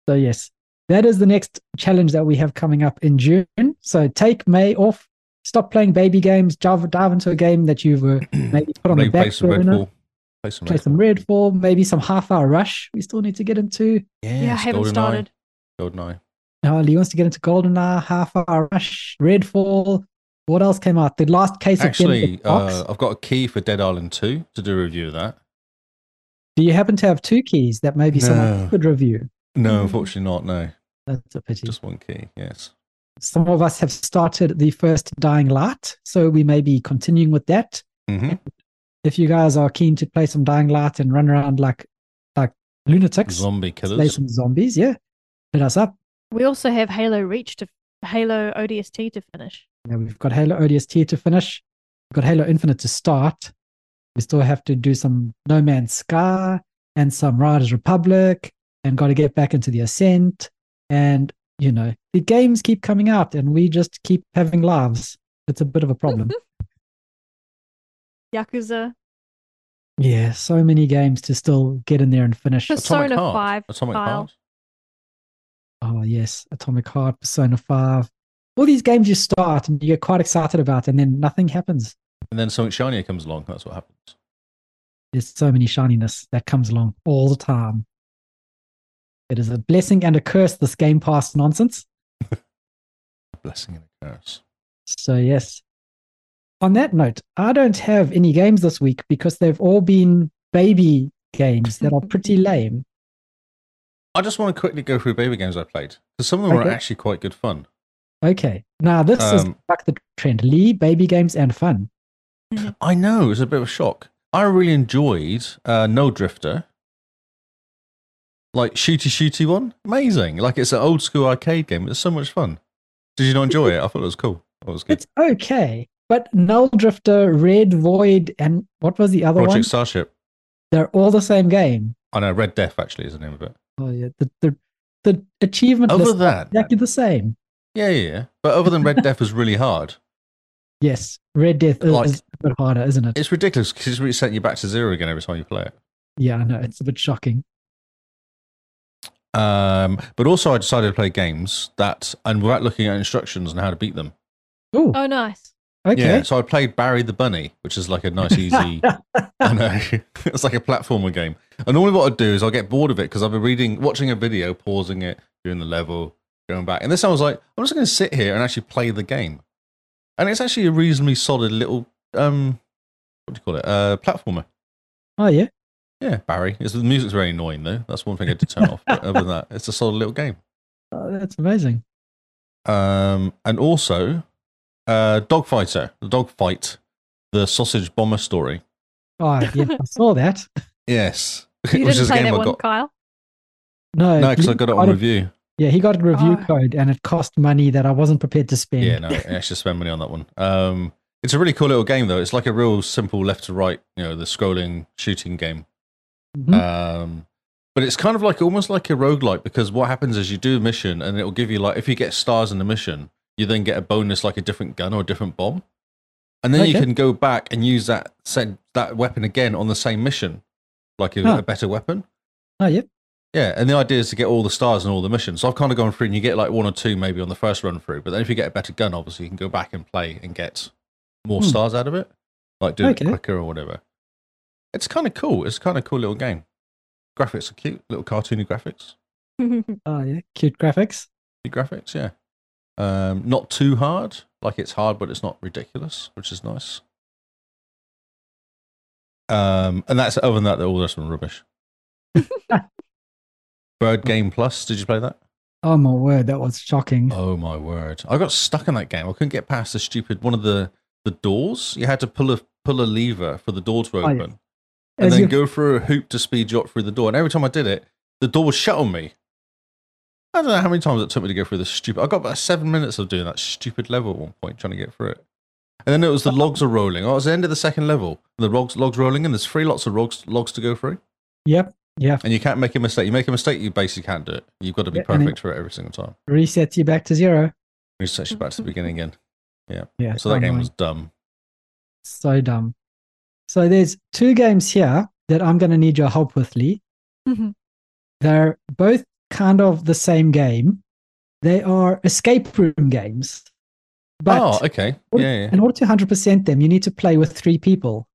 Speaker 2: so yes, that is the next challenge that we have coming up in June. So take May off, Stop playing baby games. Dive, dive into a game that you've uh, maybe put on
Speaker 3: Maybe
Speaker 2: the back
Speaker 3: play some
Speaker 2: burner.
Speaker 3: Red Bull. Play some
Speaker 2: Play
Speaker 3: Red
Speaker 2: some Red Bull. Maybe some Half Hour Rush. We still need to get into.
Speaker 1: Yeah, I haven't started.
Speaker 3: GoldenEye.
Speaker 2: Oh, Lee wants to get into GoldenEye, Half Hour Rush, Redfall. What else came out? The last case of Benedict
Speaker 3: Actually,
Speaker 2: Fox.
Speaker 3: uh, I've got a key for Dead Island 2 to do a review of that.
Speaker 2: Do you happen to have two keys that maybe
Speaker 3: No.
Speaker 2: someone could review?
Speaker 3: No,
Speaker 1: Mm.
Speaker 3: unfortunately not. No,
Speaker 2: That's a pity.
Speaker 3: just one key. Yes.
Speaker 2: Some of us have started the first Dying Light, so we may be continuing with that.
Speaker 3: hmm
Speaker 2: If you guys are keen to play some Dying Light and run around like like lunatics,
Speaker 3: Zombie
Speaker 2: play
Speaker 3: killers.
Speaker 2: some zombies, yeah, hit us up.
Speaker 1: We also have Halo Reach to Halo ODST to finish.
Speaker 2: Yeah, we've got Halo ODST to finish. We've got Halo Infinite to start. We still have to do some No Man's Sky and some Riders Republic and got to get back into the Ascent. And, you know, the games keep coming out and we just keep having lives. It's a bit of a problem.
Speaker 1: Yakuza,
Speaker 2: yeah, so many games to still get in there and finish.
Speaker 1: Persona
Speaker 3: Heart.
Speaker 1: 5
Speaker 3: Atomic
Speaker 1: file.
Speaker 3: Heart.
Speaker 2: Oh, yes. Atomic Heart, Persona 5. All these games you start and you get quite excited about and then nothing happens.
Speaker 3: And then something shinier comes along. That's what happens.
Speaker 2: there's so many shininess that comes along all the time. It is a blessing and a curse, this Game Pass nonsense.
Speaker 3: A blessing and a curse.
Speaker 2: So, yes. On that note, I don't have any games this week because they've all been baby games that are pretty lame.
Speaker 3: I just want to quickly go through baby games I played because some of them were
Speaker 2: Okay.
Speaker 3: actually quite good fun.
Speaker 2: Okay. Now, this is
Speaker 3: Um,
Speaker 2: like the trend Lee, baby games and fun.
Speaker 3: I know it was a bit of a shock. I really enjoyed uh, No Drifter, like shooty shooty one. Amazing! Like it's an old school arcade game. It's so much fun. Did you not enjoy it? I thought it was cool. I thought it was good.
Speaker 2: It's okay. But Null Drifter, Red Void, and what was the other
Speaker 3: Project
Speaker 2: one?
Speaker 3: Starship.
Speaker 2: They're all the same game.
Speaker 3: I know Red Death actually is the name of it.
Speaker 2: Oh, yeah. The, the, the achievement
Speaker 3: Other
Speaker 2: list
Speaker 3: than that,
Speaker 2: exactly the same.
Speaker 3: yeah, yeah, yeah. But other than Red Death was really hard.
Speaker 2: Yes, Red Death is,
Speaker 3: Like-
Speaker 2: is a bit harder, isn't it?
Speaker 3: It's ridiculous because it's really setting you back to zero again every time you play it.
Speaker 2: Yeah, I know. It's a bit shocking.
Speaker 3: Um, but also, I decided to play games that, and without looking at instructions on how to beat them.
Speaker 2: Ooh,
Speaker 1: Oh, nice.
Speaker 3: Yeah.
Speaker 2: okay.
Speaker 3: So I played Barry the Bunny, which is like a nice, easy. I know it's like a platformer game. And normally, what I do is I get bored of it because I've been reading, watching a video, pausing it, doing the level, going back. And this time I was like, I'm just going to sit here and actually play the game. And it's actually a reasonably solid little um, what do you call it? Uh, platformer.
Speaker 2: Oh, yeah.
Speaker 3: Yeah, Barry. It's, the music's very annoying though. That's one thing I had to turn off. But other than that, it's a solid little game.
Speaker 2: Oh, that's amazing.
Speaker 3: um, and also uh, Dogfighter, the Dogfight, the Sausage Bomber story.
Speaker 2: Oh, yeah, I saw that.
Speaker 3: Yes,
Speaker 1: You didn't play that one, Kyle.
Speaker 2: No,
Speaker 3: No, because I
Speaker 2: Lee
Speaker 3: Uh, got it on review.
Speaker 2: Yeah, he got a review
Speaker 1: Oh.
Speaker 2: code and it cost money that I wasn't prepared to spend.
Speaker 3: Yeah, no, I actually spend money on that one. Um, it's a really cool little game though. It's like a real simple left to right, you know, the scrolling shooting game.
Speaker 2: Mhm.
Speaker 3: Um, but it's kind of like almost like a roguelike because what happens is you do a mission and it'll give you like if you get stars in the mission, you then get a bonus like a different gun or a different bomb. And then you
Speaker 2: Okay.
Speaker 3: can go back and use that said that weapon again on the same mission, like a,
Speaker 2: Huh.
Speaker 3: a better weapon.
Speaker 2: Oh, yeah.
Speaker 3: Yeah, and the idea is to get all the stars and all the missions. So I've kind of gone through and you get like one or two maybe on the first run through, but then if you get a better gun, obviously you can go back and play and get more
Speaker 2: Hmm.
Speaker 3: stars out of it, like do
Speaker 2: Okay.
Speaker 3: it quicker or whatever. It's kind of cool. It's kind of cool little game. Graphics are cute, little cartoony graphics.
Speaker 2: Oh, yeah. Cute graphics.
Speaker 3: Cute graphics, yeah. Um, not too hard. Like it's hard, but it's not ridiculous, which is nice. Um, and that's other than that, all the rest of them are rubbish. Bird Game Plus, did you play that?
Speaker 2: Oh, my word. That was shocking.
Speaker 3: Oh my word! I got stuck in that game. I couldn't get past the stupid one of the the doors. You had to pull a pull a lever for the door to
Speaker 2: Oh, yeah.
Speaker 3: open, and
Speaker 2: As
Speaker 3: then
Speaker 2: you-
Speaker 3: go through a hoop to speed you up through the door. And every time I did it, the door was shut on me. I don't know how many times it took me to go through this stupid. I got about seven minutes of doing that stupid level at one point, trying to get through it. And then it was the logs are rolling. Oh, it was the end of the second level. The logs logs rolling, and there's three lots of logs logs to go through,
Speaker 2: Yep. Yeah.
Speaker 3: and you can't make a mistake. You make a mistake, you basically can't do it. You've got to be
Speaker 2: Yeah, and it-
Speaker 3: perfect for it every single time.
Speaker 2: Resets you back to zero.
Speaker 3: We just actually back to the beginning again.
Speaker 2: Yeah.
Speaker 3: So that game
Speaker 2: online.
Speaker 3: was dumb.
Speaker 2: so dumb. So there's two games here that I'm going to need your help with, Lee. They're both kind of the same game. They are escape room games. But
Speaker 3: oh, okay.
Speaker 2: What-
Speaker 3: yeah, yeah.
Speaker 2: in order to 100% them, you need to play with three people.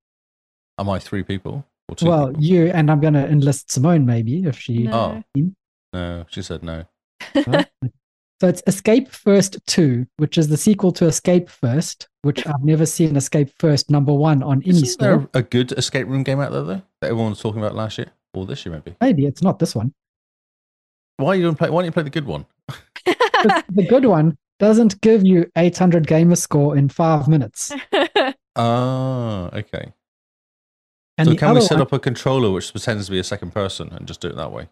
Speaker 3: Am I three people or two?
Speaker 2: well,
Speaker 3: people? Oh.
Speaker 2: you, and I'm going to enlist Simone maybe if she.
Speaker 1: No.
Speaker 3: no, she said no.
Speaker 2: So it's Escape First 2, which is the sequel to Escape First, which I've never seen Escape First number one on any
Speaker 3: Isn't
Speaker 2: store.
Speaker 3: there a good escape room game out there though that everyone was talking about last year or this year maybe?
Speaker 2: Maybe it's not this one.
Speaker 3: Why you don't play? Why don't you play the good one?
Speaker 2: But the good one doesn't give you 800 gamer score in five minutes.
Speaker 3: Ah, okay.
Speaker 2: And
Speaker 3: so
Speaker 2: the
Speaker 3: can we
Speaker 2: other
Speaker 3: set
Speaker 2: one-
Speaker 3: up a controller which pretends to be a second person and just do it that way?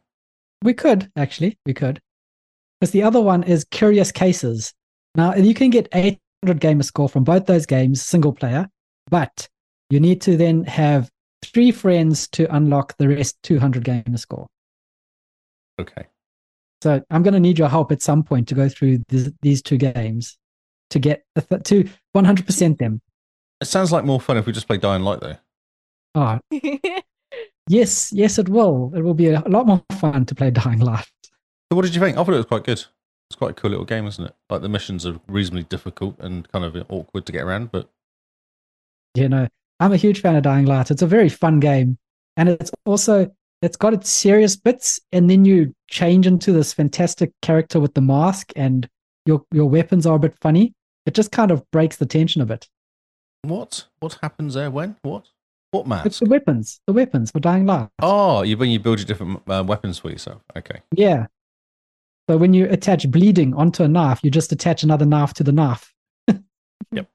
Speaker 2: We could actually, we could, because the other one is Curious Cases. Now you can get 800 gamer score from both those games, single player, but you need to then have three friends to unlock the rest 200 gamer score.
Speaker 3: Okay.
Speaker 2: So I'm going to need your help at some point to go through th- these two games to get the th- to 100% them.
Speaker 3: It sounds like more fun if we just play Dying Light though.
Speaker 2: Ah, yes, yes, it will. It will be a lot more fun to play Dying Light.
Speaker 3: So what did you think? I thought it was quite good. It's quite a cool little game, isn't it? Like the missions are reasonably difficult and kind of awkward to get around, but
Speaker 2: you know i'm a huge fan of dying light it's a very fun game and it's also it's got its serious bits and then you change into this fantastic character with the mask and your your weapons are a bit funny it just kind of breaks the tension a bit
Speaker 3: what? What happens there? When? What? What
Speaker 2: it's
Speaker 3: mask?
Speaker 2: the weapons the weapons for dying light
Speaker 3: Oh, you when you build your different uh, weapons for yourself. Okay.
Speaker 2: yeah so when you attach bleeding onto a knife you just attach another knife to the knife
Speaker 3: Yep.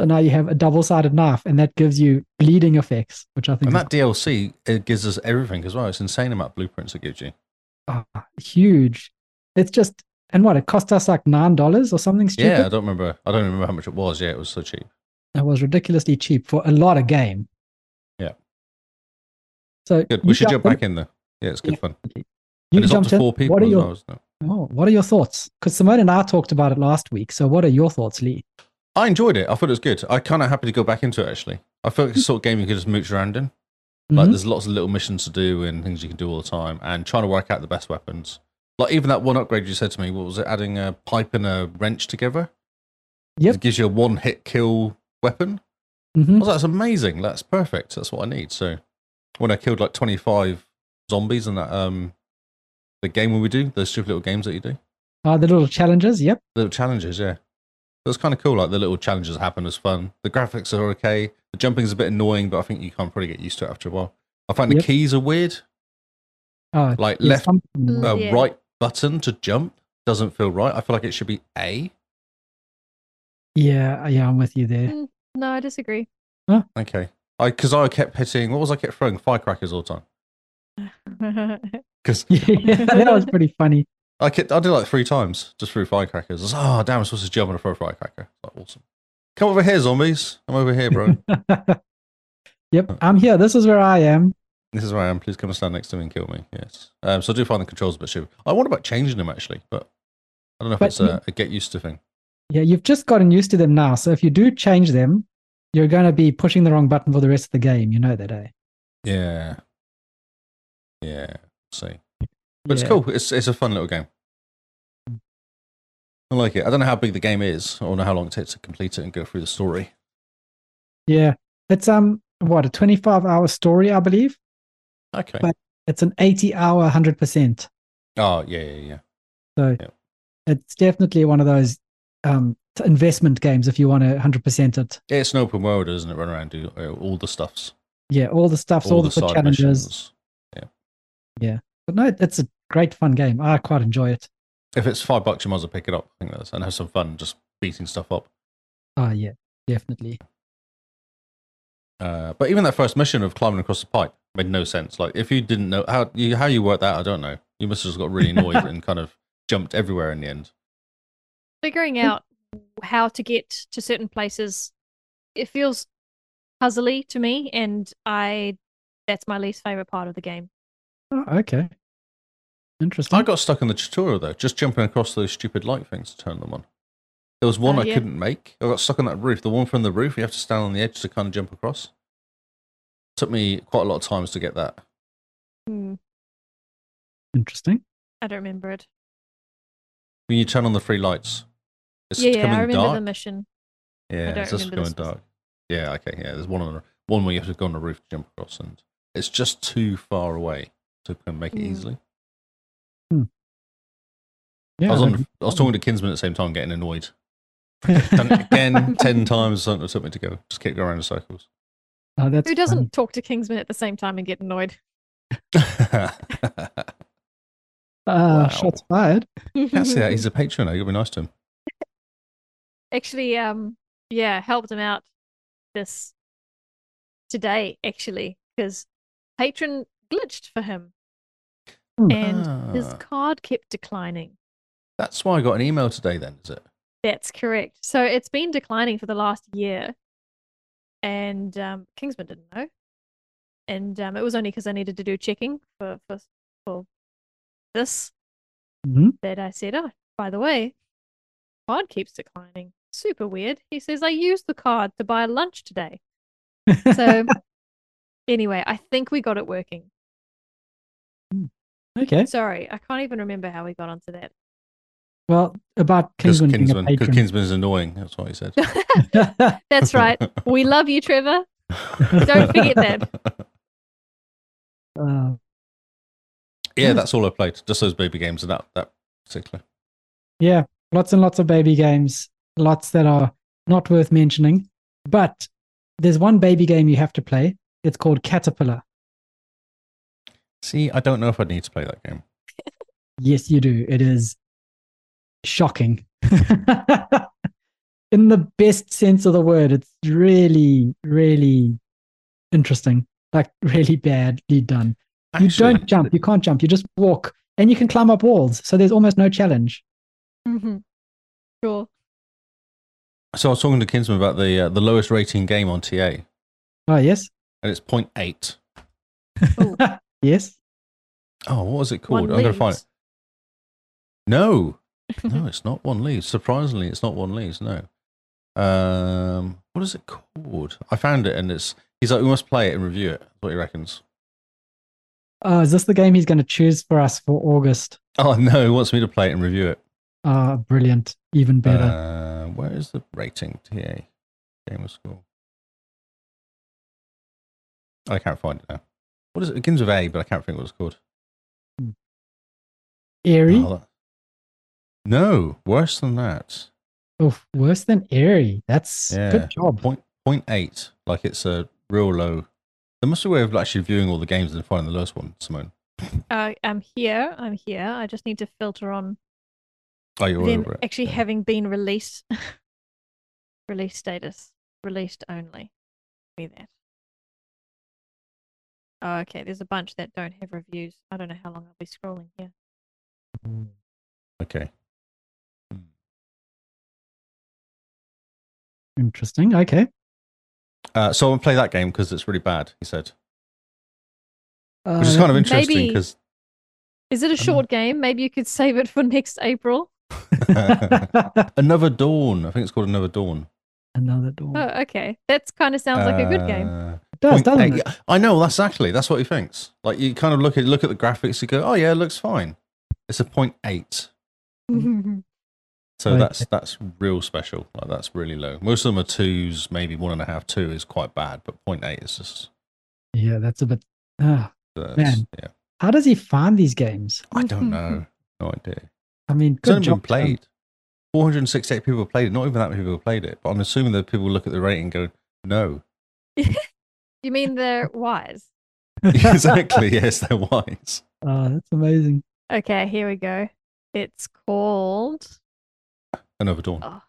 Speaker 2: so now you have a double-sided knife and that gives you bleeding effects which i think
Speaker 3: And
Speaker 2: is
Speaker 3: that DLC it gives us everything as well. It's insane amount of blueprints it gives you.
Speaker 2: Ah, huge. It's just and what it cost us like nine dollars or something stupid.
Speaker 3: Yeah, I don't remember. I don't remember how much it was. Yeah, it was so cheap.
Speaker 2: It was ridiculously cheap for a lot of game.
Speaker 3: Yeah.
Speaker 2: So
Speaker 3: Good. We
Speaker 2: you
Speaker 3: should jump
Speaker 2: jumped
Speaker 3: back in though. Yeah, it's good
Speaker 2: Yeah.
Speaker 3: fun.
Speaker 2: You
Speaker 3: and it's up
Speaker 2: jumped
Speaker 3: to
Speaker 2: in.
Speaker 3: four people
Speaker 2: What are
Speaker 3: as
Speaker 2: your
Speaker 3: well, isn't it?
Speaker 2: oh, What are your thoughts? Because Simone and I talked about it last week. So what are your thoughts, Lee?
Speaker 3: I enjoyed it. I thought it was good. I kind of happy to go back into it actually. I feel like it's the sort of game you could just mooch around in. Like
Speaker 2: Mhm.
Speaker 3: there's lots of little missions to do and things you can do all the time, and trying to work out the best weapons. Like even that one upgrade you said to me, what was it? Adding a pipe and a wrench together.
Speaker 2: Yep.
Speaker 3: It gives you a one hit kill weapon.
Speaker 2: Mhm.
Speaker 3: Oh, that's amazing. That's perfect. That's what I need. So when I killed like 25 zombies in that um the game when we do those stupid little games that you do,
Speaker 2: Uh, the little challenges. Yep.
Speaker 3: little challenges, yeah. It was kind of cool. Like the little challenges happen as fun. The graphics are okay. The jumping's a bit annoying, but I think you can probably get used to it after a while. I find the
Speaker 2: Yep.
Speaker 3: keys are weird.
Speaker 2: Uh,
Speaker 3: Like
Speaker 2: yeah,
Speaker 3: left,
Speaker 2: something-
Speaker 1: Mm.
Speaker 3: uh,
Speaker 1: Yeah.
Speaker 3: right button to jump doesn't feel right. I feel like it should be A.
Speaker 2: yeah, yeah, I'm with you there.
Speaker 1: no, I disagree.
Speaker 3: Okay. I because I kept hitting. What was I kept throwing? Firecrackers all the time. Because
Speaker 2: Yeah, that was pretty funny.
Speaker 3: I kept, I did like three times, just through firecrackers. I was, oh, damn, I'm supposed to jump on a throw a firecracker. Like, awesome. Come over here, zombies. I'm over here, bro. Oh.
Speaker 2: yep, I'm here. This is where I am.
Speaker 3: this is where I am. Please come and stand next to me and kill me. Yes. Um, so I do find the controls a bit stupid. I wonder about changing them, actually, but I don't know if
Speaker 2: But
Speaker 3: it's a, a get used to thing.
Speaker 2: Yeah, you've just gotten used to them now. So if you do change them, you're going to be pushing the wrong button for the rest of the game. You know that, eh?
Speaker 3: Yeah. Yeah. See. But
Speaker 2: Yeah.
Speaker 3: it's cool. It's, it's a fun little game. I like it. I don't know how big the game is. I don't know how long it takes to complete it and go through the story.
Speaker 2: Yeah, it's um what a 25 hour story, I believe.
Speaker 3: Okay.
Speaker 2: But- It's an 80 hour 100. percent
Speaker 3: oh, yeah, yeah, yeah.
Speaker 2: So
Speaker 3: Yep.
Speaker 2: it's definitely one of those um t- investment games if you want to 100 percent it.
Speaker 3: It's an open world, isn't it? Run around, do uh, all the stuffs.
Speaker 2: Yeah, all the stuffs, all, the,
Speaker 3: side
Speaker 2: challenges.
Speaker 3: missions.
Speaker 2: But no, it's a great fun game. I quite enjoy it.
Speaker 3: If it's five bucks, you might as well pick it up. I think that's and have some fun just beating stuff up.
Speaker 2: Ah, yeah, definitely.
Speaker 3: Uh, but even that first mission of climbing across the pipe made no sense. Like if you didn't know how you how you worked that, I don't know. You must have just got really annoyed and kind of jumped everywhere in the end.
Speaker 1: Figuring out how to get to certain places, it feels puzzly to me, and I that's my least favorite part of the game.
Speaker 2: Oh, okay. Interesting.
Speaker 1: Hmm.
Speaker 3: I got stuck in the tutorial though, just jumping across those stupid light things to turn them on. There was one
Speaker 1: Oh,
Speaker 3: I
Speaker 1: yeah.
Speaker 3: couldn't make. I got stuck on that roof. The one from the roof, you have to stand on the edge to kind of jump across. Took me quite a lot of times to get that.
Speaker 1: Hmm,
Speaker 2: Interesting.
Speaker 1: I don't remember it.
Speaker 3: When you turn on the three lights, It's
Speaker 1: yeah, yeah, I
Speaker 3: coming
Speaker 1: remember
Speaker 3: dark.
Speaker 1: the mission.
Speaker 3: Yeah,
Speaker 1: don't
Speaker 3: it's just
Speaker 1: remember
Speaker 3: going
Speaker 1: this
Speaker 3: dark. Yeah, okay. Yeah, there's one on the, one where you have to go on the roof to jump across, and it's just too far away to kind of make it
Speaker 1: Mm.
Speaker 3: easily.
Speaker 2: Yeah,
Speaker 3: I was on.
Speaker 2: that'd
Speaker 3: The, I was talking to Kinsman at the same time, getting annoyed.
Speaker 2: be-
Speaker 3: Done it again, ten times. Something it took me to go. Just keep going around in circles.
Speaker 2: Oh, that's
Speaker 1: Who doesn't
Speaker 2: funny.
Speaker 1: talk to Kingsman at the same time and get annoyed?
Speaker 3: Can't
Speaker 2: Uh,
Speaker 3: Wow.
Speaker 2: Shots fired.
Speaker 3: say that. He's a patron. You gotta be nice to him.
Speaker 1: actually um yeah helped him out this today actually because patron glitched for him
Speaker 2: Hmm.
Speaker 1: and his
Speaker 3: Ah.
Speaker 1: card kept declining
Speaker 3: That's why I got an email today. Then is it?
Speaker 1: that's correct so it's been declining for the last year and um kingsman didn't know and um it was only because i needed to do checking for for, for this
Speaker 2: Mhm.
Speaker 1: that I said, oh, by the way, card keeps declining. Super weird. He says, I used the card to buy lunch today. So, anyway, I think we got it working.
Speaker 2: Okay.
Speaker 1: Sorry, I can't even remember how we got onto that.
Speaker 2: Well, about
Speaker 3: Because
Speaker 2: Kingsman,
Speaker 3: Kinsman,
Speaker 2: being a
Speaker 3: because
Speaker 2: patron.
Speaker 3: Kinsman is annoying. That's what he said.
Speaker 1: That's right. We love you, Trevor. Don't forget that.
Speaker 2: Uh,
Speaker 3: yeah,
Speaker 2: Yes.
Speaker 3: that's all I played. Just those baby games and that that particular.
Speaker 2: yeah, lots and lots of baby games. Lots that are not worth mentioning. But there's one baby game you have to play. It's called Caterpillar.
Speaker 3: See, I don't know if I need to play that game.
Speaker 2: Yes, you do. It is shocking. In the best sense of the word, it's really, really interesting. Like, really badly done.
Speaker 3: Actually,
Speaker 2: you don't jump. You can't jump. You just walk and you can climb up walls. So there's almost no challenge.
Speaker 1: Mm-hmm. Sure.
Speaker 3: So I was talking to Kinsman about the uh, the lowest rating game on TA, and
Speaker 2: Oh, yes.
Speaker 3: it's 0.8.
Speaker 2: Yes.
Speaker 3: Oh, what was it called?
Speaker 1: One
Speaker 3: I'm going to find it.
Speaker 1: leaves.
Speaker 3: No, no, it's not one leaves. Surprisingly, it's not one leaves. No. Um, what is it called? I found it, and it's he's like we must play it and review it. What he reckons?
Speaker 2: Oh, is this the game he's going to choose for us for August?
Speaker 3: Oh no, he wants me to play it and review it.
Speaker 2: Ah, brilliant. Even better.
Speaker 3: Uh, where is the rating? TA gamer score. I can't find it now. What is it? It begins with A, but I can't think what it's called.
Speaker 2: Airy.
Speaker 3: Oh, that- No, worse than that.
Speaker 2: Oh, worse than airy. That's
Speaker 3: Yeah.
Speaker 2: good job.
Speaker 3: Point point eight, like it's a real low. There must be a way of actually viewing all the games and finding the lowest one, Simone.
Speaker 1: Uh, I'm here. I'm here. I just need to filter on
Speaker 3: Oh, you're all
Speaker 1: them
Speaker 3: over it.
Speaker 1: actually
Speaker 3: Yeah.
Speaker 1: having been released. release status. Released only. Be that. Oh, okay. There's a bunch that don't have reviews. I don't know how long I'll be scrolling here.
Speaker 3: Okay.
Speaker 2: Interesting. Okay.
Speaker 3: Uh, so I won't play that game because it's really bad. He said, which
Speaker 2: Uh,
Speaker 3: is kind of interesting
Speaker 1: Uh, maybe-
Speaker 3: because
Speaker 1: Is it a short game? Maybe you could save it for next April.
Speaker 2: of
Speaker 3: Another Dawn. I think it's called Another Dawn.
Speaker 2: another door.
Speaker 1: Oh, okay. That's kind of sounds like a good game.
Speaker 3: Uh,
Speaker 2: it does,
Speaker 3: point
Speaker 2: doesn't
Speaker 3: eight.
Speaker 2: it?
Speaker 3: Yeah, I know. That's actually that's what he thinks. Like you kind of look at look at the graphics, you go, oh yeah, it looks fine. It's a point eight, Uh, so
Speaker 2: Okay.
Speaker 3: that's that's real special. Like that's really low. Most of them are twos, maybe one and a half. Two is quite bad, but point eight is just
Speaker 2: Yeah, that's a bit. ah.
Speaker 3: that's,
Speaker 2: Man.
Speaker 3: yeah.
Speaker 2: how does he find these games?
Speaker 3: I don't know. No idea.
Speaker 2: I mean,
Speaker 3: It's
Speaker 2: good
Speaker 3: only been
Speaker 2: job.
Speaker 3: played. Four hundred and sixty-eight people played it. Not even that many people played it. But I'm assuming that people look at the rating and go, no.
Speaker 1: You mean they're wise?
Speaker 3: exactly. Yes, they're wise.
Speaker 2: Oh, that's amazing.
Speaker 1: Okay, here we go. It's called.
Speaker 3: Another Dawn.
Speaker 1: Oh,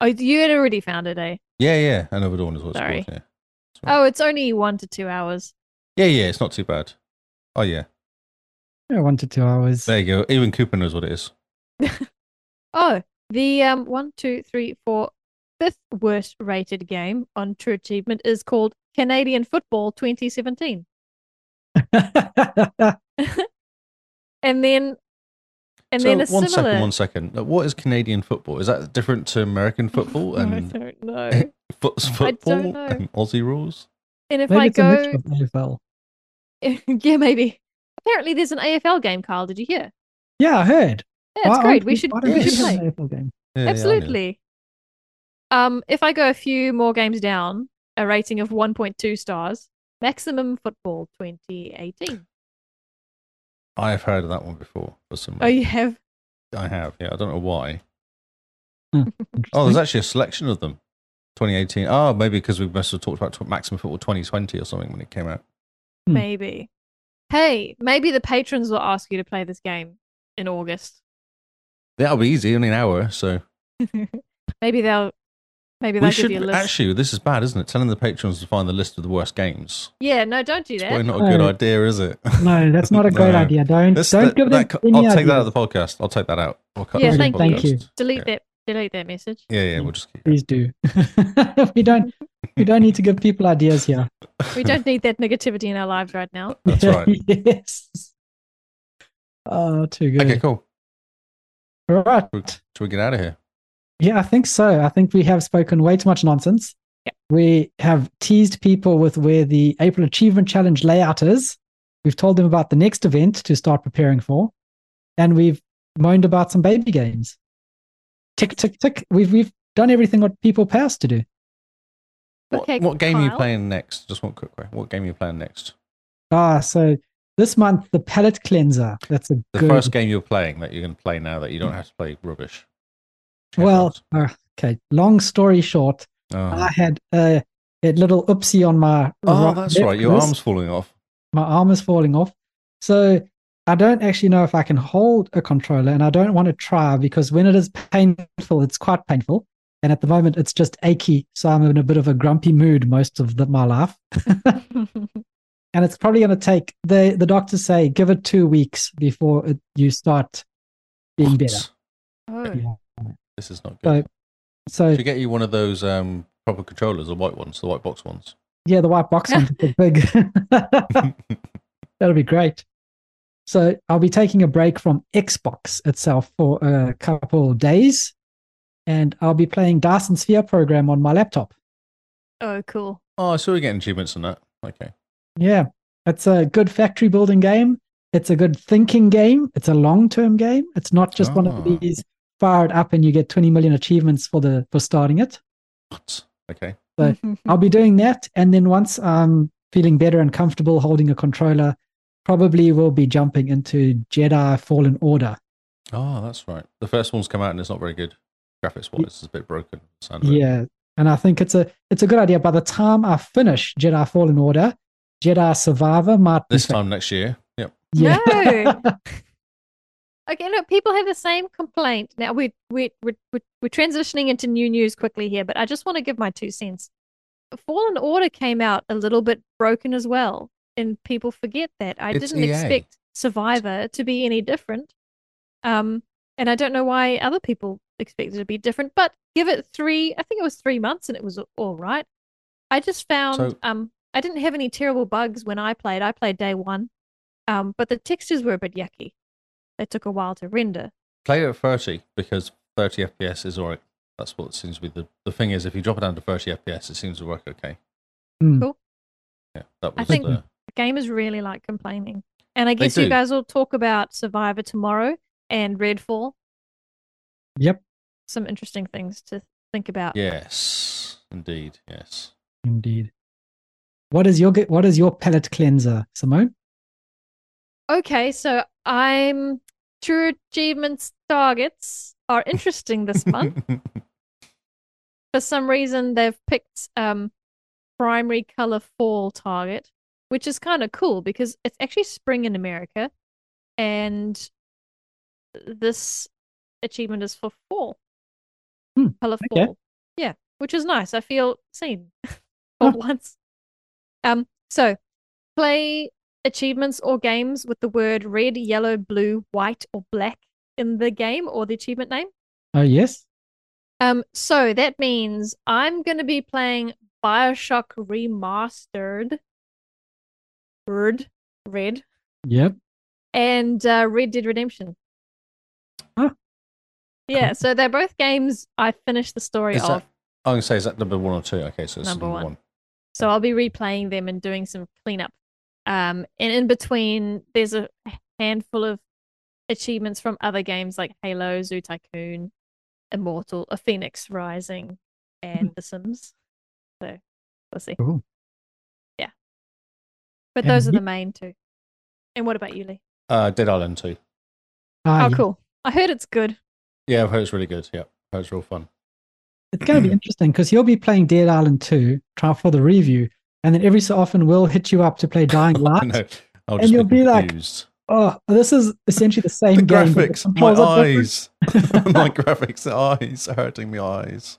Speaker 1: oh you had already found it, eh?
Speaker 3: Yeah, yeah. Another Dawn is what it's
Speaker 1: Sorry.
Speaker 3: called. Yeah.
Speaker 1: Oh, it's only one to two hours.
Speaker 3: Yeah, yeah, it's not too bad. Oh yeah,
Speaker 2: Yeah, one to two hours.
Speaker 3: there you go. Even Cooper knows what it is.
Speaker 1: Oh, the um one, two, three, four, fifth worst rated game on True Achievement is called Canadian Football 2017, and then and
Speaker 3: so
Speaker 1: then a
Speaker 3: one second,
Speaker 1: similar.
Speaker 3: one second. Now, What is Canadian football? Is that different to American football
Speaker 1: No, I
Speaker 3: and
Speaker 1: don't know.
Speaker 3: foot- football
Speaker 1: know.
Speaker 3: and Aussie rules?
Speaker 1: And if
Speaker 2: Maybe
Speaker 1: I
Speaker 2: it's a mixture
Speaker 1: go,
Speaker 2: of AFL.
Speaker 1: yeah, maybe. Apparently, there's an AFL game, Carl. Did you hear?
Speaker 2: Yeah, I heard.
Speaker 1: Yeah, it's
Speaker 2: Why
Speaker 1: great.
Speaker 2: aren't
Speaker 1: We should,
Speaker 2: why don't
Speaker 1: we
Speaker 3: we
Speaker 1: should
Speaker 3: just-
Speaker 1: play.
Speaker 2: have an AFL game?
Speaker 3: Yeah, yeah, I know.
Speaker 1: Absolutely. um, if I go a few more games down, a rating of 1.2 stars, Maximum Football 2018.
Speaker 3: I have heard of that one before for some
Speaker 1: Oh,
Speaker 3: reason.
Speaker 1: you have.
Speaker 3: I have, yeah. I don't know why. Oh,
Speaker 2: Interesting.
Speaker 3: there's actually a selection of them. 2018. Oh, maybe because we must have talked about tw- Maximum Football 2020 or something when it came out.
Speaker 2: Hmm.
Speaker 1: Maybe. Hey, maybe the patrons will ask you to play this game in August.
Speaker 3: That'll be easy, only an hour. So
Speaker 1: Maybe they'll. Maybe they'll
Speaker 3: we
Speaker 1: give
Speaker 3: should
Speaker 1: you a list.
Speaker 3: actually. This is bad, isn't it? Telling the patrons to find the list of the worst games.
Speaker 1: yeah, no, don't do
Speaker 3: Probably
Speaker 1: that.
Speaker 3: not a good
Speaker 2: No.
Speaker 3: idea, is it?
Speaker 2: No, that's not a great
Speaker 3: No.
Speaker 2: idea. Don't
Speaker 3: This-
Speaker 2: don't
Speaker 3: that-
Speaker 2: give them
Speaker 3: that-
Speaker 2: any
Speaker 3: I'll take
Speaker 2: idea.
Speaker 3: that out of the podcast. I'll take that out. I'll cut
Speaker 1: Yeah,
Speaker 3: that out of the
Speaker 1: thank you.
Speaker 3: podcast.
Speaker 2: Thank you.
Speaker 1: Delete that. Delete that message.
Speaker 3: Yeah, yeah, we'll just keep.
Speaker 2: Please do. we don't we don't need to give people ideas here.
Speaker 1: We don't need that negativity in our lives right now.
Speaker 3: That's right.
Speaker 2: yes. Oh, too good.
Speaker 3: Okay, cool.
Speaker 2: All right.
Speaker 3: Should we get out of here?
Speaker 2: Yeah, I think so. I think we have spoken way too much nonsense. We have teased people with where the April Achievement Challenge layout is. We've told them about the next event to start preparing for, and we've moaned about some baby games. Tick, tick, tick. We've we've done everything what people pay us to do.
Speaker 3: What,
Speaker 1: Okay,
Speaker 3: what game are you
Speaker 1: Kyle.
Speaker 3: playing next? Just one quick way. What game are you playing next?
Speaker 2: Ah, so this month the palette cleanser. That's a
Speaker 3: The
Speaker 2: good.
Speaker 3: first game you're playing that you're going to play now that you don't have to play rubbish.
Speaker 2: well, uh, okay. Long story short,
Speaker 3: oh,
Speaker 2: I had a, a little oopsie on my.
Speaker 3: Oh,
Speaker 2: ro-
Speaker 3: that's
Speaker 2: left
Speaker 3: right. Your
Speaker 2: wrist.
Speaker 3: arm's falling off.
Speaker 2: my arm is falling off. So I don't actually know if I can hold a controller and I don't want to try because when it is painful, it's quite painful. And at the moment, it's just achy. So I'm in a bit of a grumpy mood most of the, my life. And it's probably going to take, the, the doctors say, give it two weeks before it, you start being better.
Speaker 1: oh.
Speaker 2: Yeah.
Speaker 3: This is not
Speaker 2: So,
Speaker 3: good.
Speaker 2: so
Speaker 3: Should get you one of those um, proper controllers, the white ones, the white box ones.
Speaker 2: yeah, the white box ones are big. That'll be great. So I'll be taking a break from Xbox itself for a couple of days, and I'll be playing Dyson Sphere program on my laptop.
Speaker 1: oh, cool.
Speaker 3: oh, so we're getting achievements on that. Okay.
Speaker 2: Yeah, it's a good factory building game. It's a good thinking game. It's a long term game. It's not just one
Speaker 3: Ah.
Speaker 2: of these fire it up and you get 20 million achievements for the for starting it.
Speaker 3: What? Okay.
Speaker 2: So- I'll be doing that, and then once I'm feeling better and comfortable holding a controller, probably will be jumping into Jedi Fallen Order.
Speaker 3: Oh, that's right. The first one's come out and it's not very good. Graphics wise, it's a bit broken. sound of it.
Speaker 2: Yeah, and I think it's a it's a good idea. By the time I finish Jedi Fallen Order, Jedi Survivor might be
Speaker 3: This
Speaker 2: fi-
Speaker 3: time next year. Yep.
Speaker 2: Yeah,
Speaker 1: No. Okay, look, people have the same complaint. Now we we we we we're transitioning into new news quickly here, but I just want to give my two cents. Fallen Order came out a little bit broken as well, and people forget that. I
Speaker 3: It's
Speaker 1: didn't
Speaker 3: EA.
Speaker 1: expect Survivor to be any different. Um, and I don't know why other people expected it to be different, but give it three, I think it was three months and it was all right. I just found
Speaker 3: So-
Speaker 1: um I didn't have any terrible bugs when I played. I played day one. Um, but the textures were a bit yucky. They took a while to render.
Speaker 3: Play it at 30 because 30 FPS is all right. That's what seems to be the, the thing is. If you drop it down to 30 FPS, it seems to work okay.
Speaker 2: Hmm.
Speaker 1: Cool.
Speaker 3: Yeah. That
Speaker 1: I
Speaker 3: was
Speaker 1: think-
Speaker 3: the.
Speaker 1: gamers really like complaining. And I
Speaker 3: They
Speaker 1: guess you
Speaker 3: do.
Speaker 1: guys will talk about Survivor tomorrow and Redfall.
Speaker 2: Yep.
Speaker 1: Some interesting things to think about.
Speaker 3: Yes. Indeed. Yes.
Speaker 2: indeed. What is your ge- what is your palate cleanser, Simone?
Speaker 1: Okay, so I'm true achievements targets are interesting this month. For some reason they've picked um primary color fall target, which is kind of cool because it's actually spring in America and this achievement is for fall.
Speaker 2: Hmm,
Speaker 1: Color
Speaker 2: okay.
Speaker 1: fall. Yeah, which is nice. I feel seen
Speaker 2: Huh.
Speaker 1: for once. Um so play achievements or games with the word red, yellow, blue, white, or black in the game or the achievement name.
Speaker 2: Oh yes,
Speaker 1: Um, so that means I'm going to be playing Bioshock Remastered, Red, Red,
Speaker 2: yep.
Speaker 1: and uh, Red Dead Redemption.
Speaker 2: Huh.
Speaker 1: Yeah, so they're both games I finished the story
Speaker 3: Is
Speaker 1: of,
Speaker 3: that- I'm going to say, is that number one or two? Okay. So it's
Speaker 1: Number
Speaker 3: number,
Speaker 1: one.
Speaker 3: one.
Speaker 1: so I'll be replaying them and doing some cleanup. Um, and in between, there's a handful of achievements from other games like Halo, Zoo Tycoon, Immortal, A Phoenix Rising, and The Sims. So we'll see.
Speaker 2: Hmm. Cool.
Speaker 1: Yeah. But
Speaker 2: And
Speaker 1: those are
Speaker 2: ye-
Speaker 1: the main two. And what about you, Lee?
Speaker 3: Uh, Dead Island 2.
Speaker 2: Ah,
Speaker 1: oh,
Speaker 2: yeah.
Speaker 1: cool. I heard it's good.
Speaker 3: Yeah, I've heard it's really good. Yeah, I've heard it's real fun.
Speaker 2: It's going to be interesting because you'll be playing Dead Island 2 try for the review, and then every so often we'll hit you up to play Dying
Speaker 3: I
Speaker 2: Light.
Speaker 3: know. I'll
Speaker 2: And
Speaker 3: just
Speaker 2: you'll be like,
Speaker 3: confused.
Speaker 2: oh, this is essentially the same
Speaker 3: the
Speaker 2: game. but the
Speaker 3: graphics, my
Speaker 2: controls are different.
Speaker 3: eyes, my graphics, the eyes are hurting my eyes.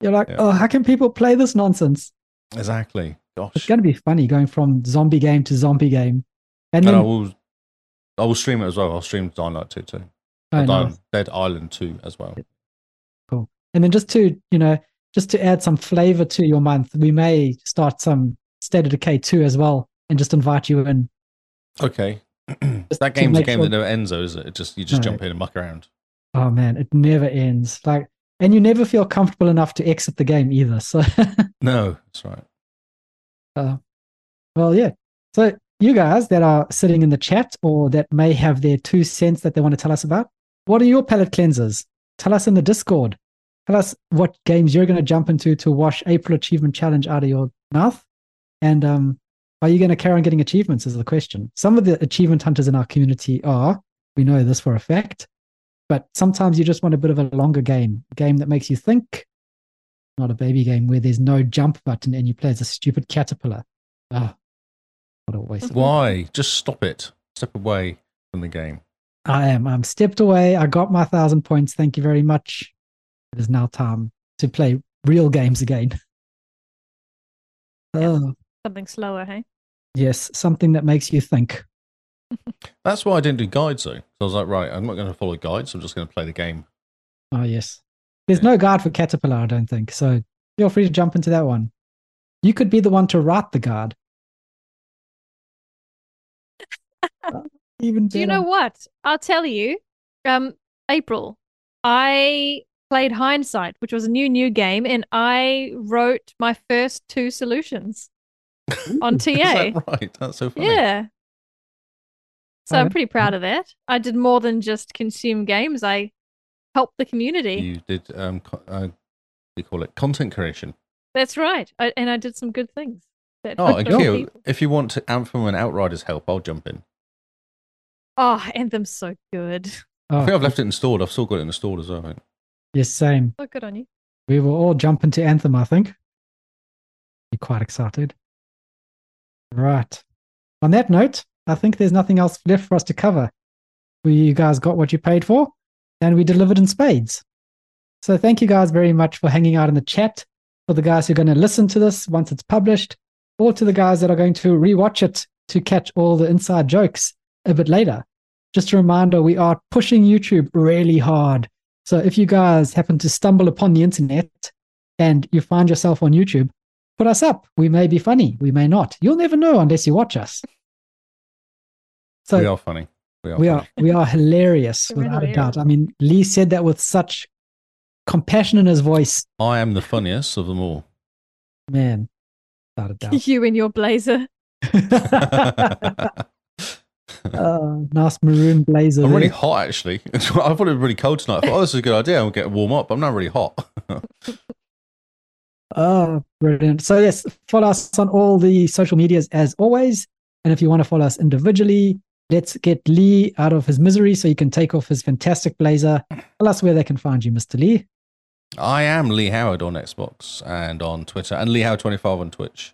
Speaker 2: You're like,
Speaker 3: Yeah.
Speaker 2: oh, how can people play this nonsense?
Speaker 3: Exactly.
Speaker 2: It's
Speaker 3: Gosh.
Speaker 2: going to be funny going from zombie game to zombie game.
Speaker 3: And
Speaker 2: And then,
Speaker 3: I will, I will stream it as well. I'll stream Dying Light 2 too.
Speaker 2: oh,
Speaker 3: Dying-
Speaker 2: nice.
Speaker 3: Dead Island 2 as well.
Speaker 2: and then just to, you know, just to add some flavor to your month, we may start some State of Decay 2 as well and just invite you in.
Speaker 3: Okay.
Speaker 2: to
Speaker 3: that game's a
Speaker 2: make
Speaker 3: game
Speaker 2: sure-
Speaker 3: that never ends, though, is it? It just you just
Speaker 2: No.
Speaker 3: jump in and muck around.
Speaker 2: Oh man, it never ends. Like, and you never feel comfortable enough to exit the game either. So,
Speaker 3: No, that's right.
Speaker 2: well, yeah. So, you guys that are sitting in the chat or that may have their two cents that they want to tell us about, what are your palate cleansers? Tell us in the Discord. Tell us what games you're going to jump into to wash April Achievement Challenge out of your mouth. And um, are you going to carry on getting achievements? Is the question. Some of the achievement hunters in our community are. We know this for a fact. But sometimes you just want a bit of a longer game, a game that makes you think, not a baby game where there's no jump button and you play as a stupid caterpillar. Ah, what a waste. of-
Speaker 3: Why? Just stop it. Step away from the game.
Speaker 2: I am. I'm stepped away. I got my thousand points. Thank you very much. It is now time to play real games again. Oh,
Speaker 1: Something slower, hey?
Speaker 2: yes. Something that makes you think.
Speaker 3: That's why I didn't do guides though. So I was like, right, I'm not going to follow guides. I'm just going to play the game.
Speaker 2: Oh, yes. There's no guide for Caterpillar, I don't think. So feel free to jump into that one. You could be the one to write the guard. Even
Speaker 1: Do you know
Speaker 2: better.
Speaker 1: what? I'll tell you. Um, April, I played Hindsight, which was a new new game, and I wrote my first two solutions on TA.
Speaker 3: Is that right? That's so funny.
Speaker 1: Yeah. So I'm
Speaker 2: Alright.
Speaker 1: pretty proud of that. I did more than just consume games. I helped the community.
Speaker 3: You did. Um, co- uh, what do you call it content creation.
Speaker 1: That's right. I, and I did some good things. that
Speaker 3: Oh,
Speaker 1: helped
Speaker 3: and
Speaker 1: other
Speaker 3: Keo,
Speaker 1: people.
Speaker 3: if you want to Anthem and Outriders help, I'll jump in.
Speaker 1: Oh, Anthem's so good.
Speaker 3: I think
Speaker 2: Oh,
Speaker 3: I've left it installed. I've still got it installed as well. I think.
Speaker 2: yes, same.
Speaker 1: So Oh, good on you.
Speaker 2: We will all jump into Anthem, I think. Be quite excited. Right. On that note, I think there's nothing else left for us to cover. We you guys got what you paid for, and we delivered in spades. So thank you guys very much for hanging out in the chat. For the guys who are going to listen to this once it's published, or to the guys that are going to rewatch it to catch all the inside jokes a bit later. Just a reminder, we are pushing YouTube really hard. So if you guys happen to stumble upon the internet and you find yourself on YouTube, put us up. We may be funny, we may not. You'll never know unless you watch us. So
Speaker 3: we are funny. We are.
Speaker 2: we
Speaker 3: funny.
Speaker 2: are we are hilarious
Speaker 1: We're
Speaker 2: without a
Speaker 1: hilarious.
Speaker 2: doubt. I mean, Lee said that with such compassion in his voice,
Speaker 3: I am the funniest of them all.
Speaker 2: man, without a doubt.
Speaker 1: You and your blazer.
Speaker 2: Oh, nice maroon blazer.
Speaker 3: I'm
Speaker 2: there.
Speaker 3: really hot actually. I thought it was really cold tonight. I thought, oh, this is a good idea. I'll get warm up. but I'm not really hot.
Speaker 2: Oh, brilliant. So, yes, follow us on all the social medias as always. And if you want to follow us individually, let's get Lee out of his misery so he can take off his fantastic blazer. Tell us where they can find you, Mr. Lee.
Speaker 3: I am Lee Howard on Xbox and on Twitter, and Lee Howard25 on Twitch,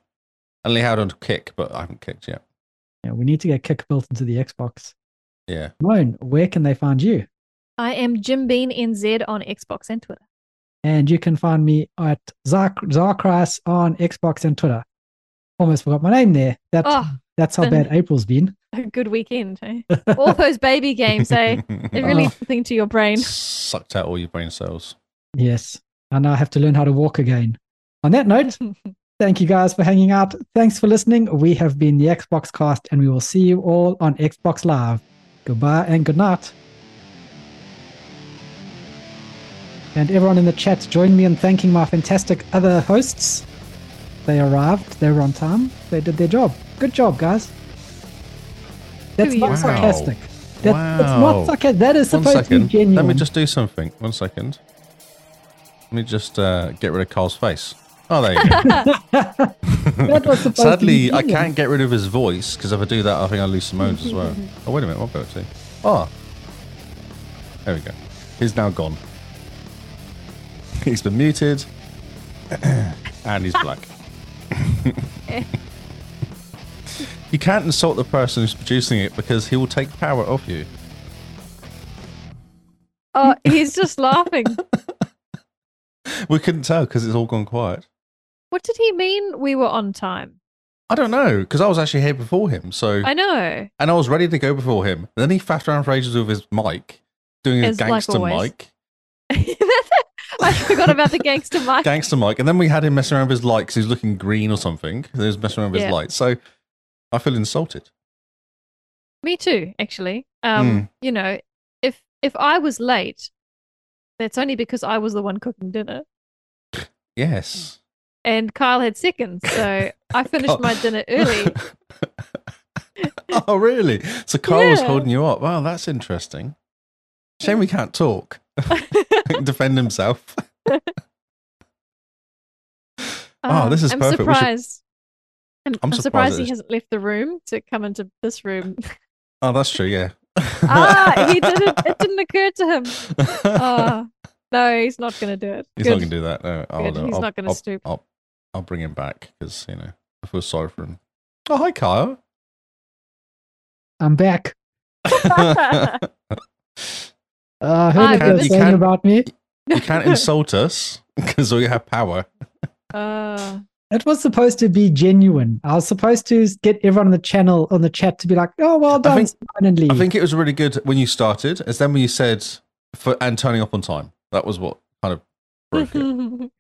Speaker 3: and Lee Howard on Kick, but I haven't kicked yet.
Speaker 2: Yeah, we need to get kick built into the Xbox.
Speaker 3: Yeah,
Speaker 2: Moan, where can they find you?
Speaker 1: I am Jim Bean NZ on Xbox and Twitter.
Speaker 2: And you can find me at Zarkras on Xbox and Twitter. Almost forgot my name there. That,
Speaker 1: Oh,
Speaker 2: that's how
Speaker 1: then-
Speaker 2: bad April's been.
Speaker 1: a good weekend. eh? All those baby games, eh? It really
Speaker 2: Oh.
Speaker 1: did something to your brain.
Speaker 3: sucked out all your brain cells.
Speaker 2: Yes. And I have to learn how to walk again. On that note, Thank you guys for hanging out. Thanks for listening. We have been the Xbox Cast, and we will see you all on Xbox Live. Goodbye and good night. And everyone in the chat, join me in thanking my fantastic other hosts. They arrived, they were on time, they did their job. Good job, guys. That's
Speaker 1: Who
Speaker 2: not
Speaker 1: you?
Speaker 3: Wow.
Speaker 2: sarcastic. That, That's
Speaker 3: Wow.
Speaker 2: not sarcastic. That is
Speaker 3: One
Speaker 2: supposed to be
Speaker 3: second.
Speaker 2: genuine.
Speaker 3: Let me just do something. One second. Let me just uh, get rid of Carl's face. Oh, there you go.
Speaker 2: That was supposed to be
Speaker 3: Sadly, I
Speaker 2: Ian.
Speaker 3: can't get rid of his voice because if I do that, I think I lose Simone's as well. Oh, wait a minute. What go to? Oh, there we go. He's now gone. He's been muted, and he's black. you can't insult the person who's producing it because he will take power off you.
Speaker 1: Oh, he's just laughing.
Speaker 3: We couldn't tell because it's all gone quiet.
Speaker 1: What did he mean we were on time?
Speaker 3: I don't know because I was actually here before him, so
Speaker 1: I know.
Speaker 3: and I was ready to go before him. And then he faffed around for ages with his mic, doing his
Speaker 1: As like
Speaker 3: gangster
Speaker 1: always.
Speaker 3: mic.
Speaker 1: I forgot about the gangster mic.
Speaker 3: gangster mic, and then we had him messing around with his light 'cause he was looking green or something. He was messing around with
Speaker 1: Yeah.
Speaker 3: his light, so I feel insulted.
Speaker 1: Me too, actually.
Speaker 3: Hmm.
Speaker 1: Um, you know, if if I was late, that's only because I was the one cooking dinner,
Speaker 3: Yes,
Speaker 1: and Kyle had seconds, so I finished my dinner early.
Speaker 3: oh, really? So Carl was
Speaker 1: Yeah.
Speaker 3: holding you up. Wow, that's interesting. Shame we can't talk. He can defend himself. Oh, this is
Speaker 1: Um, I'm
Speaker 3: perfect. We should-
Speaker 1: Surprised. I'm,
Speaker 3: I'm
Speaker 1: I'm
Speaker 3: surprised
Speaker 1: surprised
Speaker 3: at
Speaker 1: he
Speaker 3: this.
Speaker 1: hasn't left the room to come into this room.
Speaker 3: Oh, that's true. Yeah.
Speaker 1: ah, he didn't. It didn't occur to him. Oh, no, he's not going to do it.
Speaker 3: He's
Speaker 1: Good.
Speaker 3: not going to do that. No, I'll,
Speaker 1: Good. He's
Speaker 3: I'll-
Speaker 1: not gonna
Speaker 3: I'll-
Speaker 1: stoop.
Speaker 3: I'll, I'll bring him back because you know I feel sorry for him. Oh, hi, Kyle.
Speaker 2: I'm back.
Speaker 3: you
Speaker 2: Uh, I
Speaker 1: Hi,
Speaker 2: heard what
Speaker 1: Ruben.
Speaker 2: you're
Speaker 1: You
Speaker 2: saying
Speaker 3: can't-
Speaker 2: about me.
Speaker 3: can't insult us because we have power.
Speaker 1: Uh,
Speaker 2: It was supposed to be genuine. I was supposed to get everyone on the channel on the chat to be like, "Oh, well done,
Speaker 3: think-
Speaker 2: Simon and Lee."
Speaker 3: I think it was really good when you
Speaker 1: Mm-hmm.
Speaker 3: started. It's then when you said for and turning up on time. That was what kind of broke it.
Speaker 1: and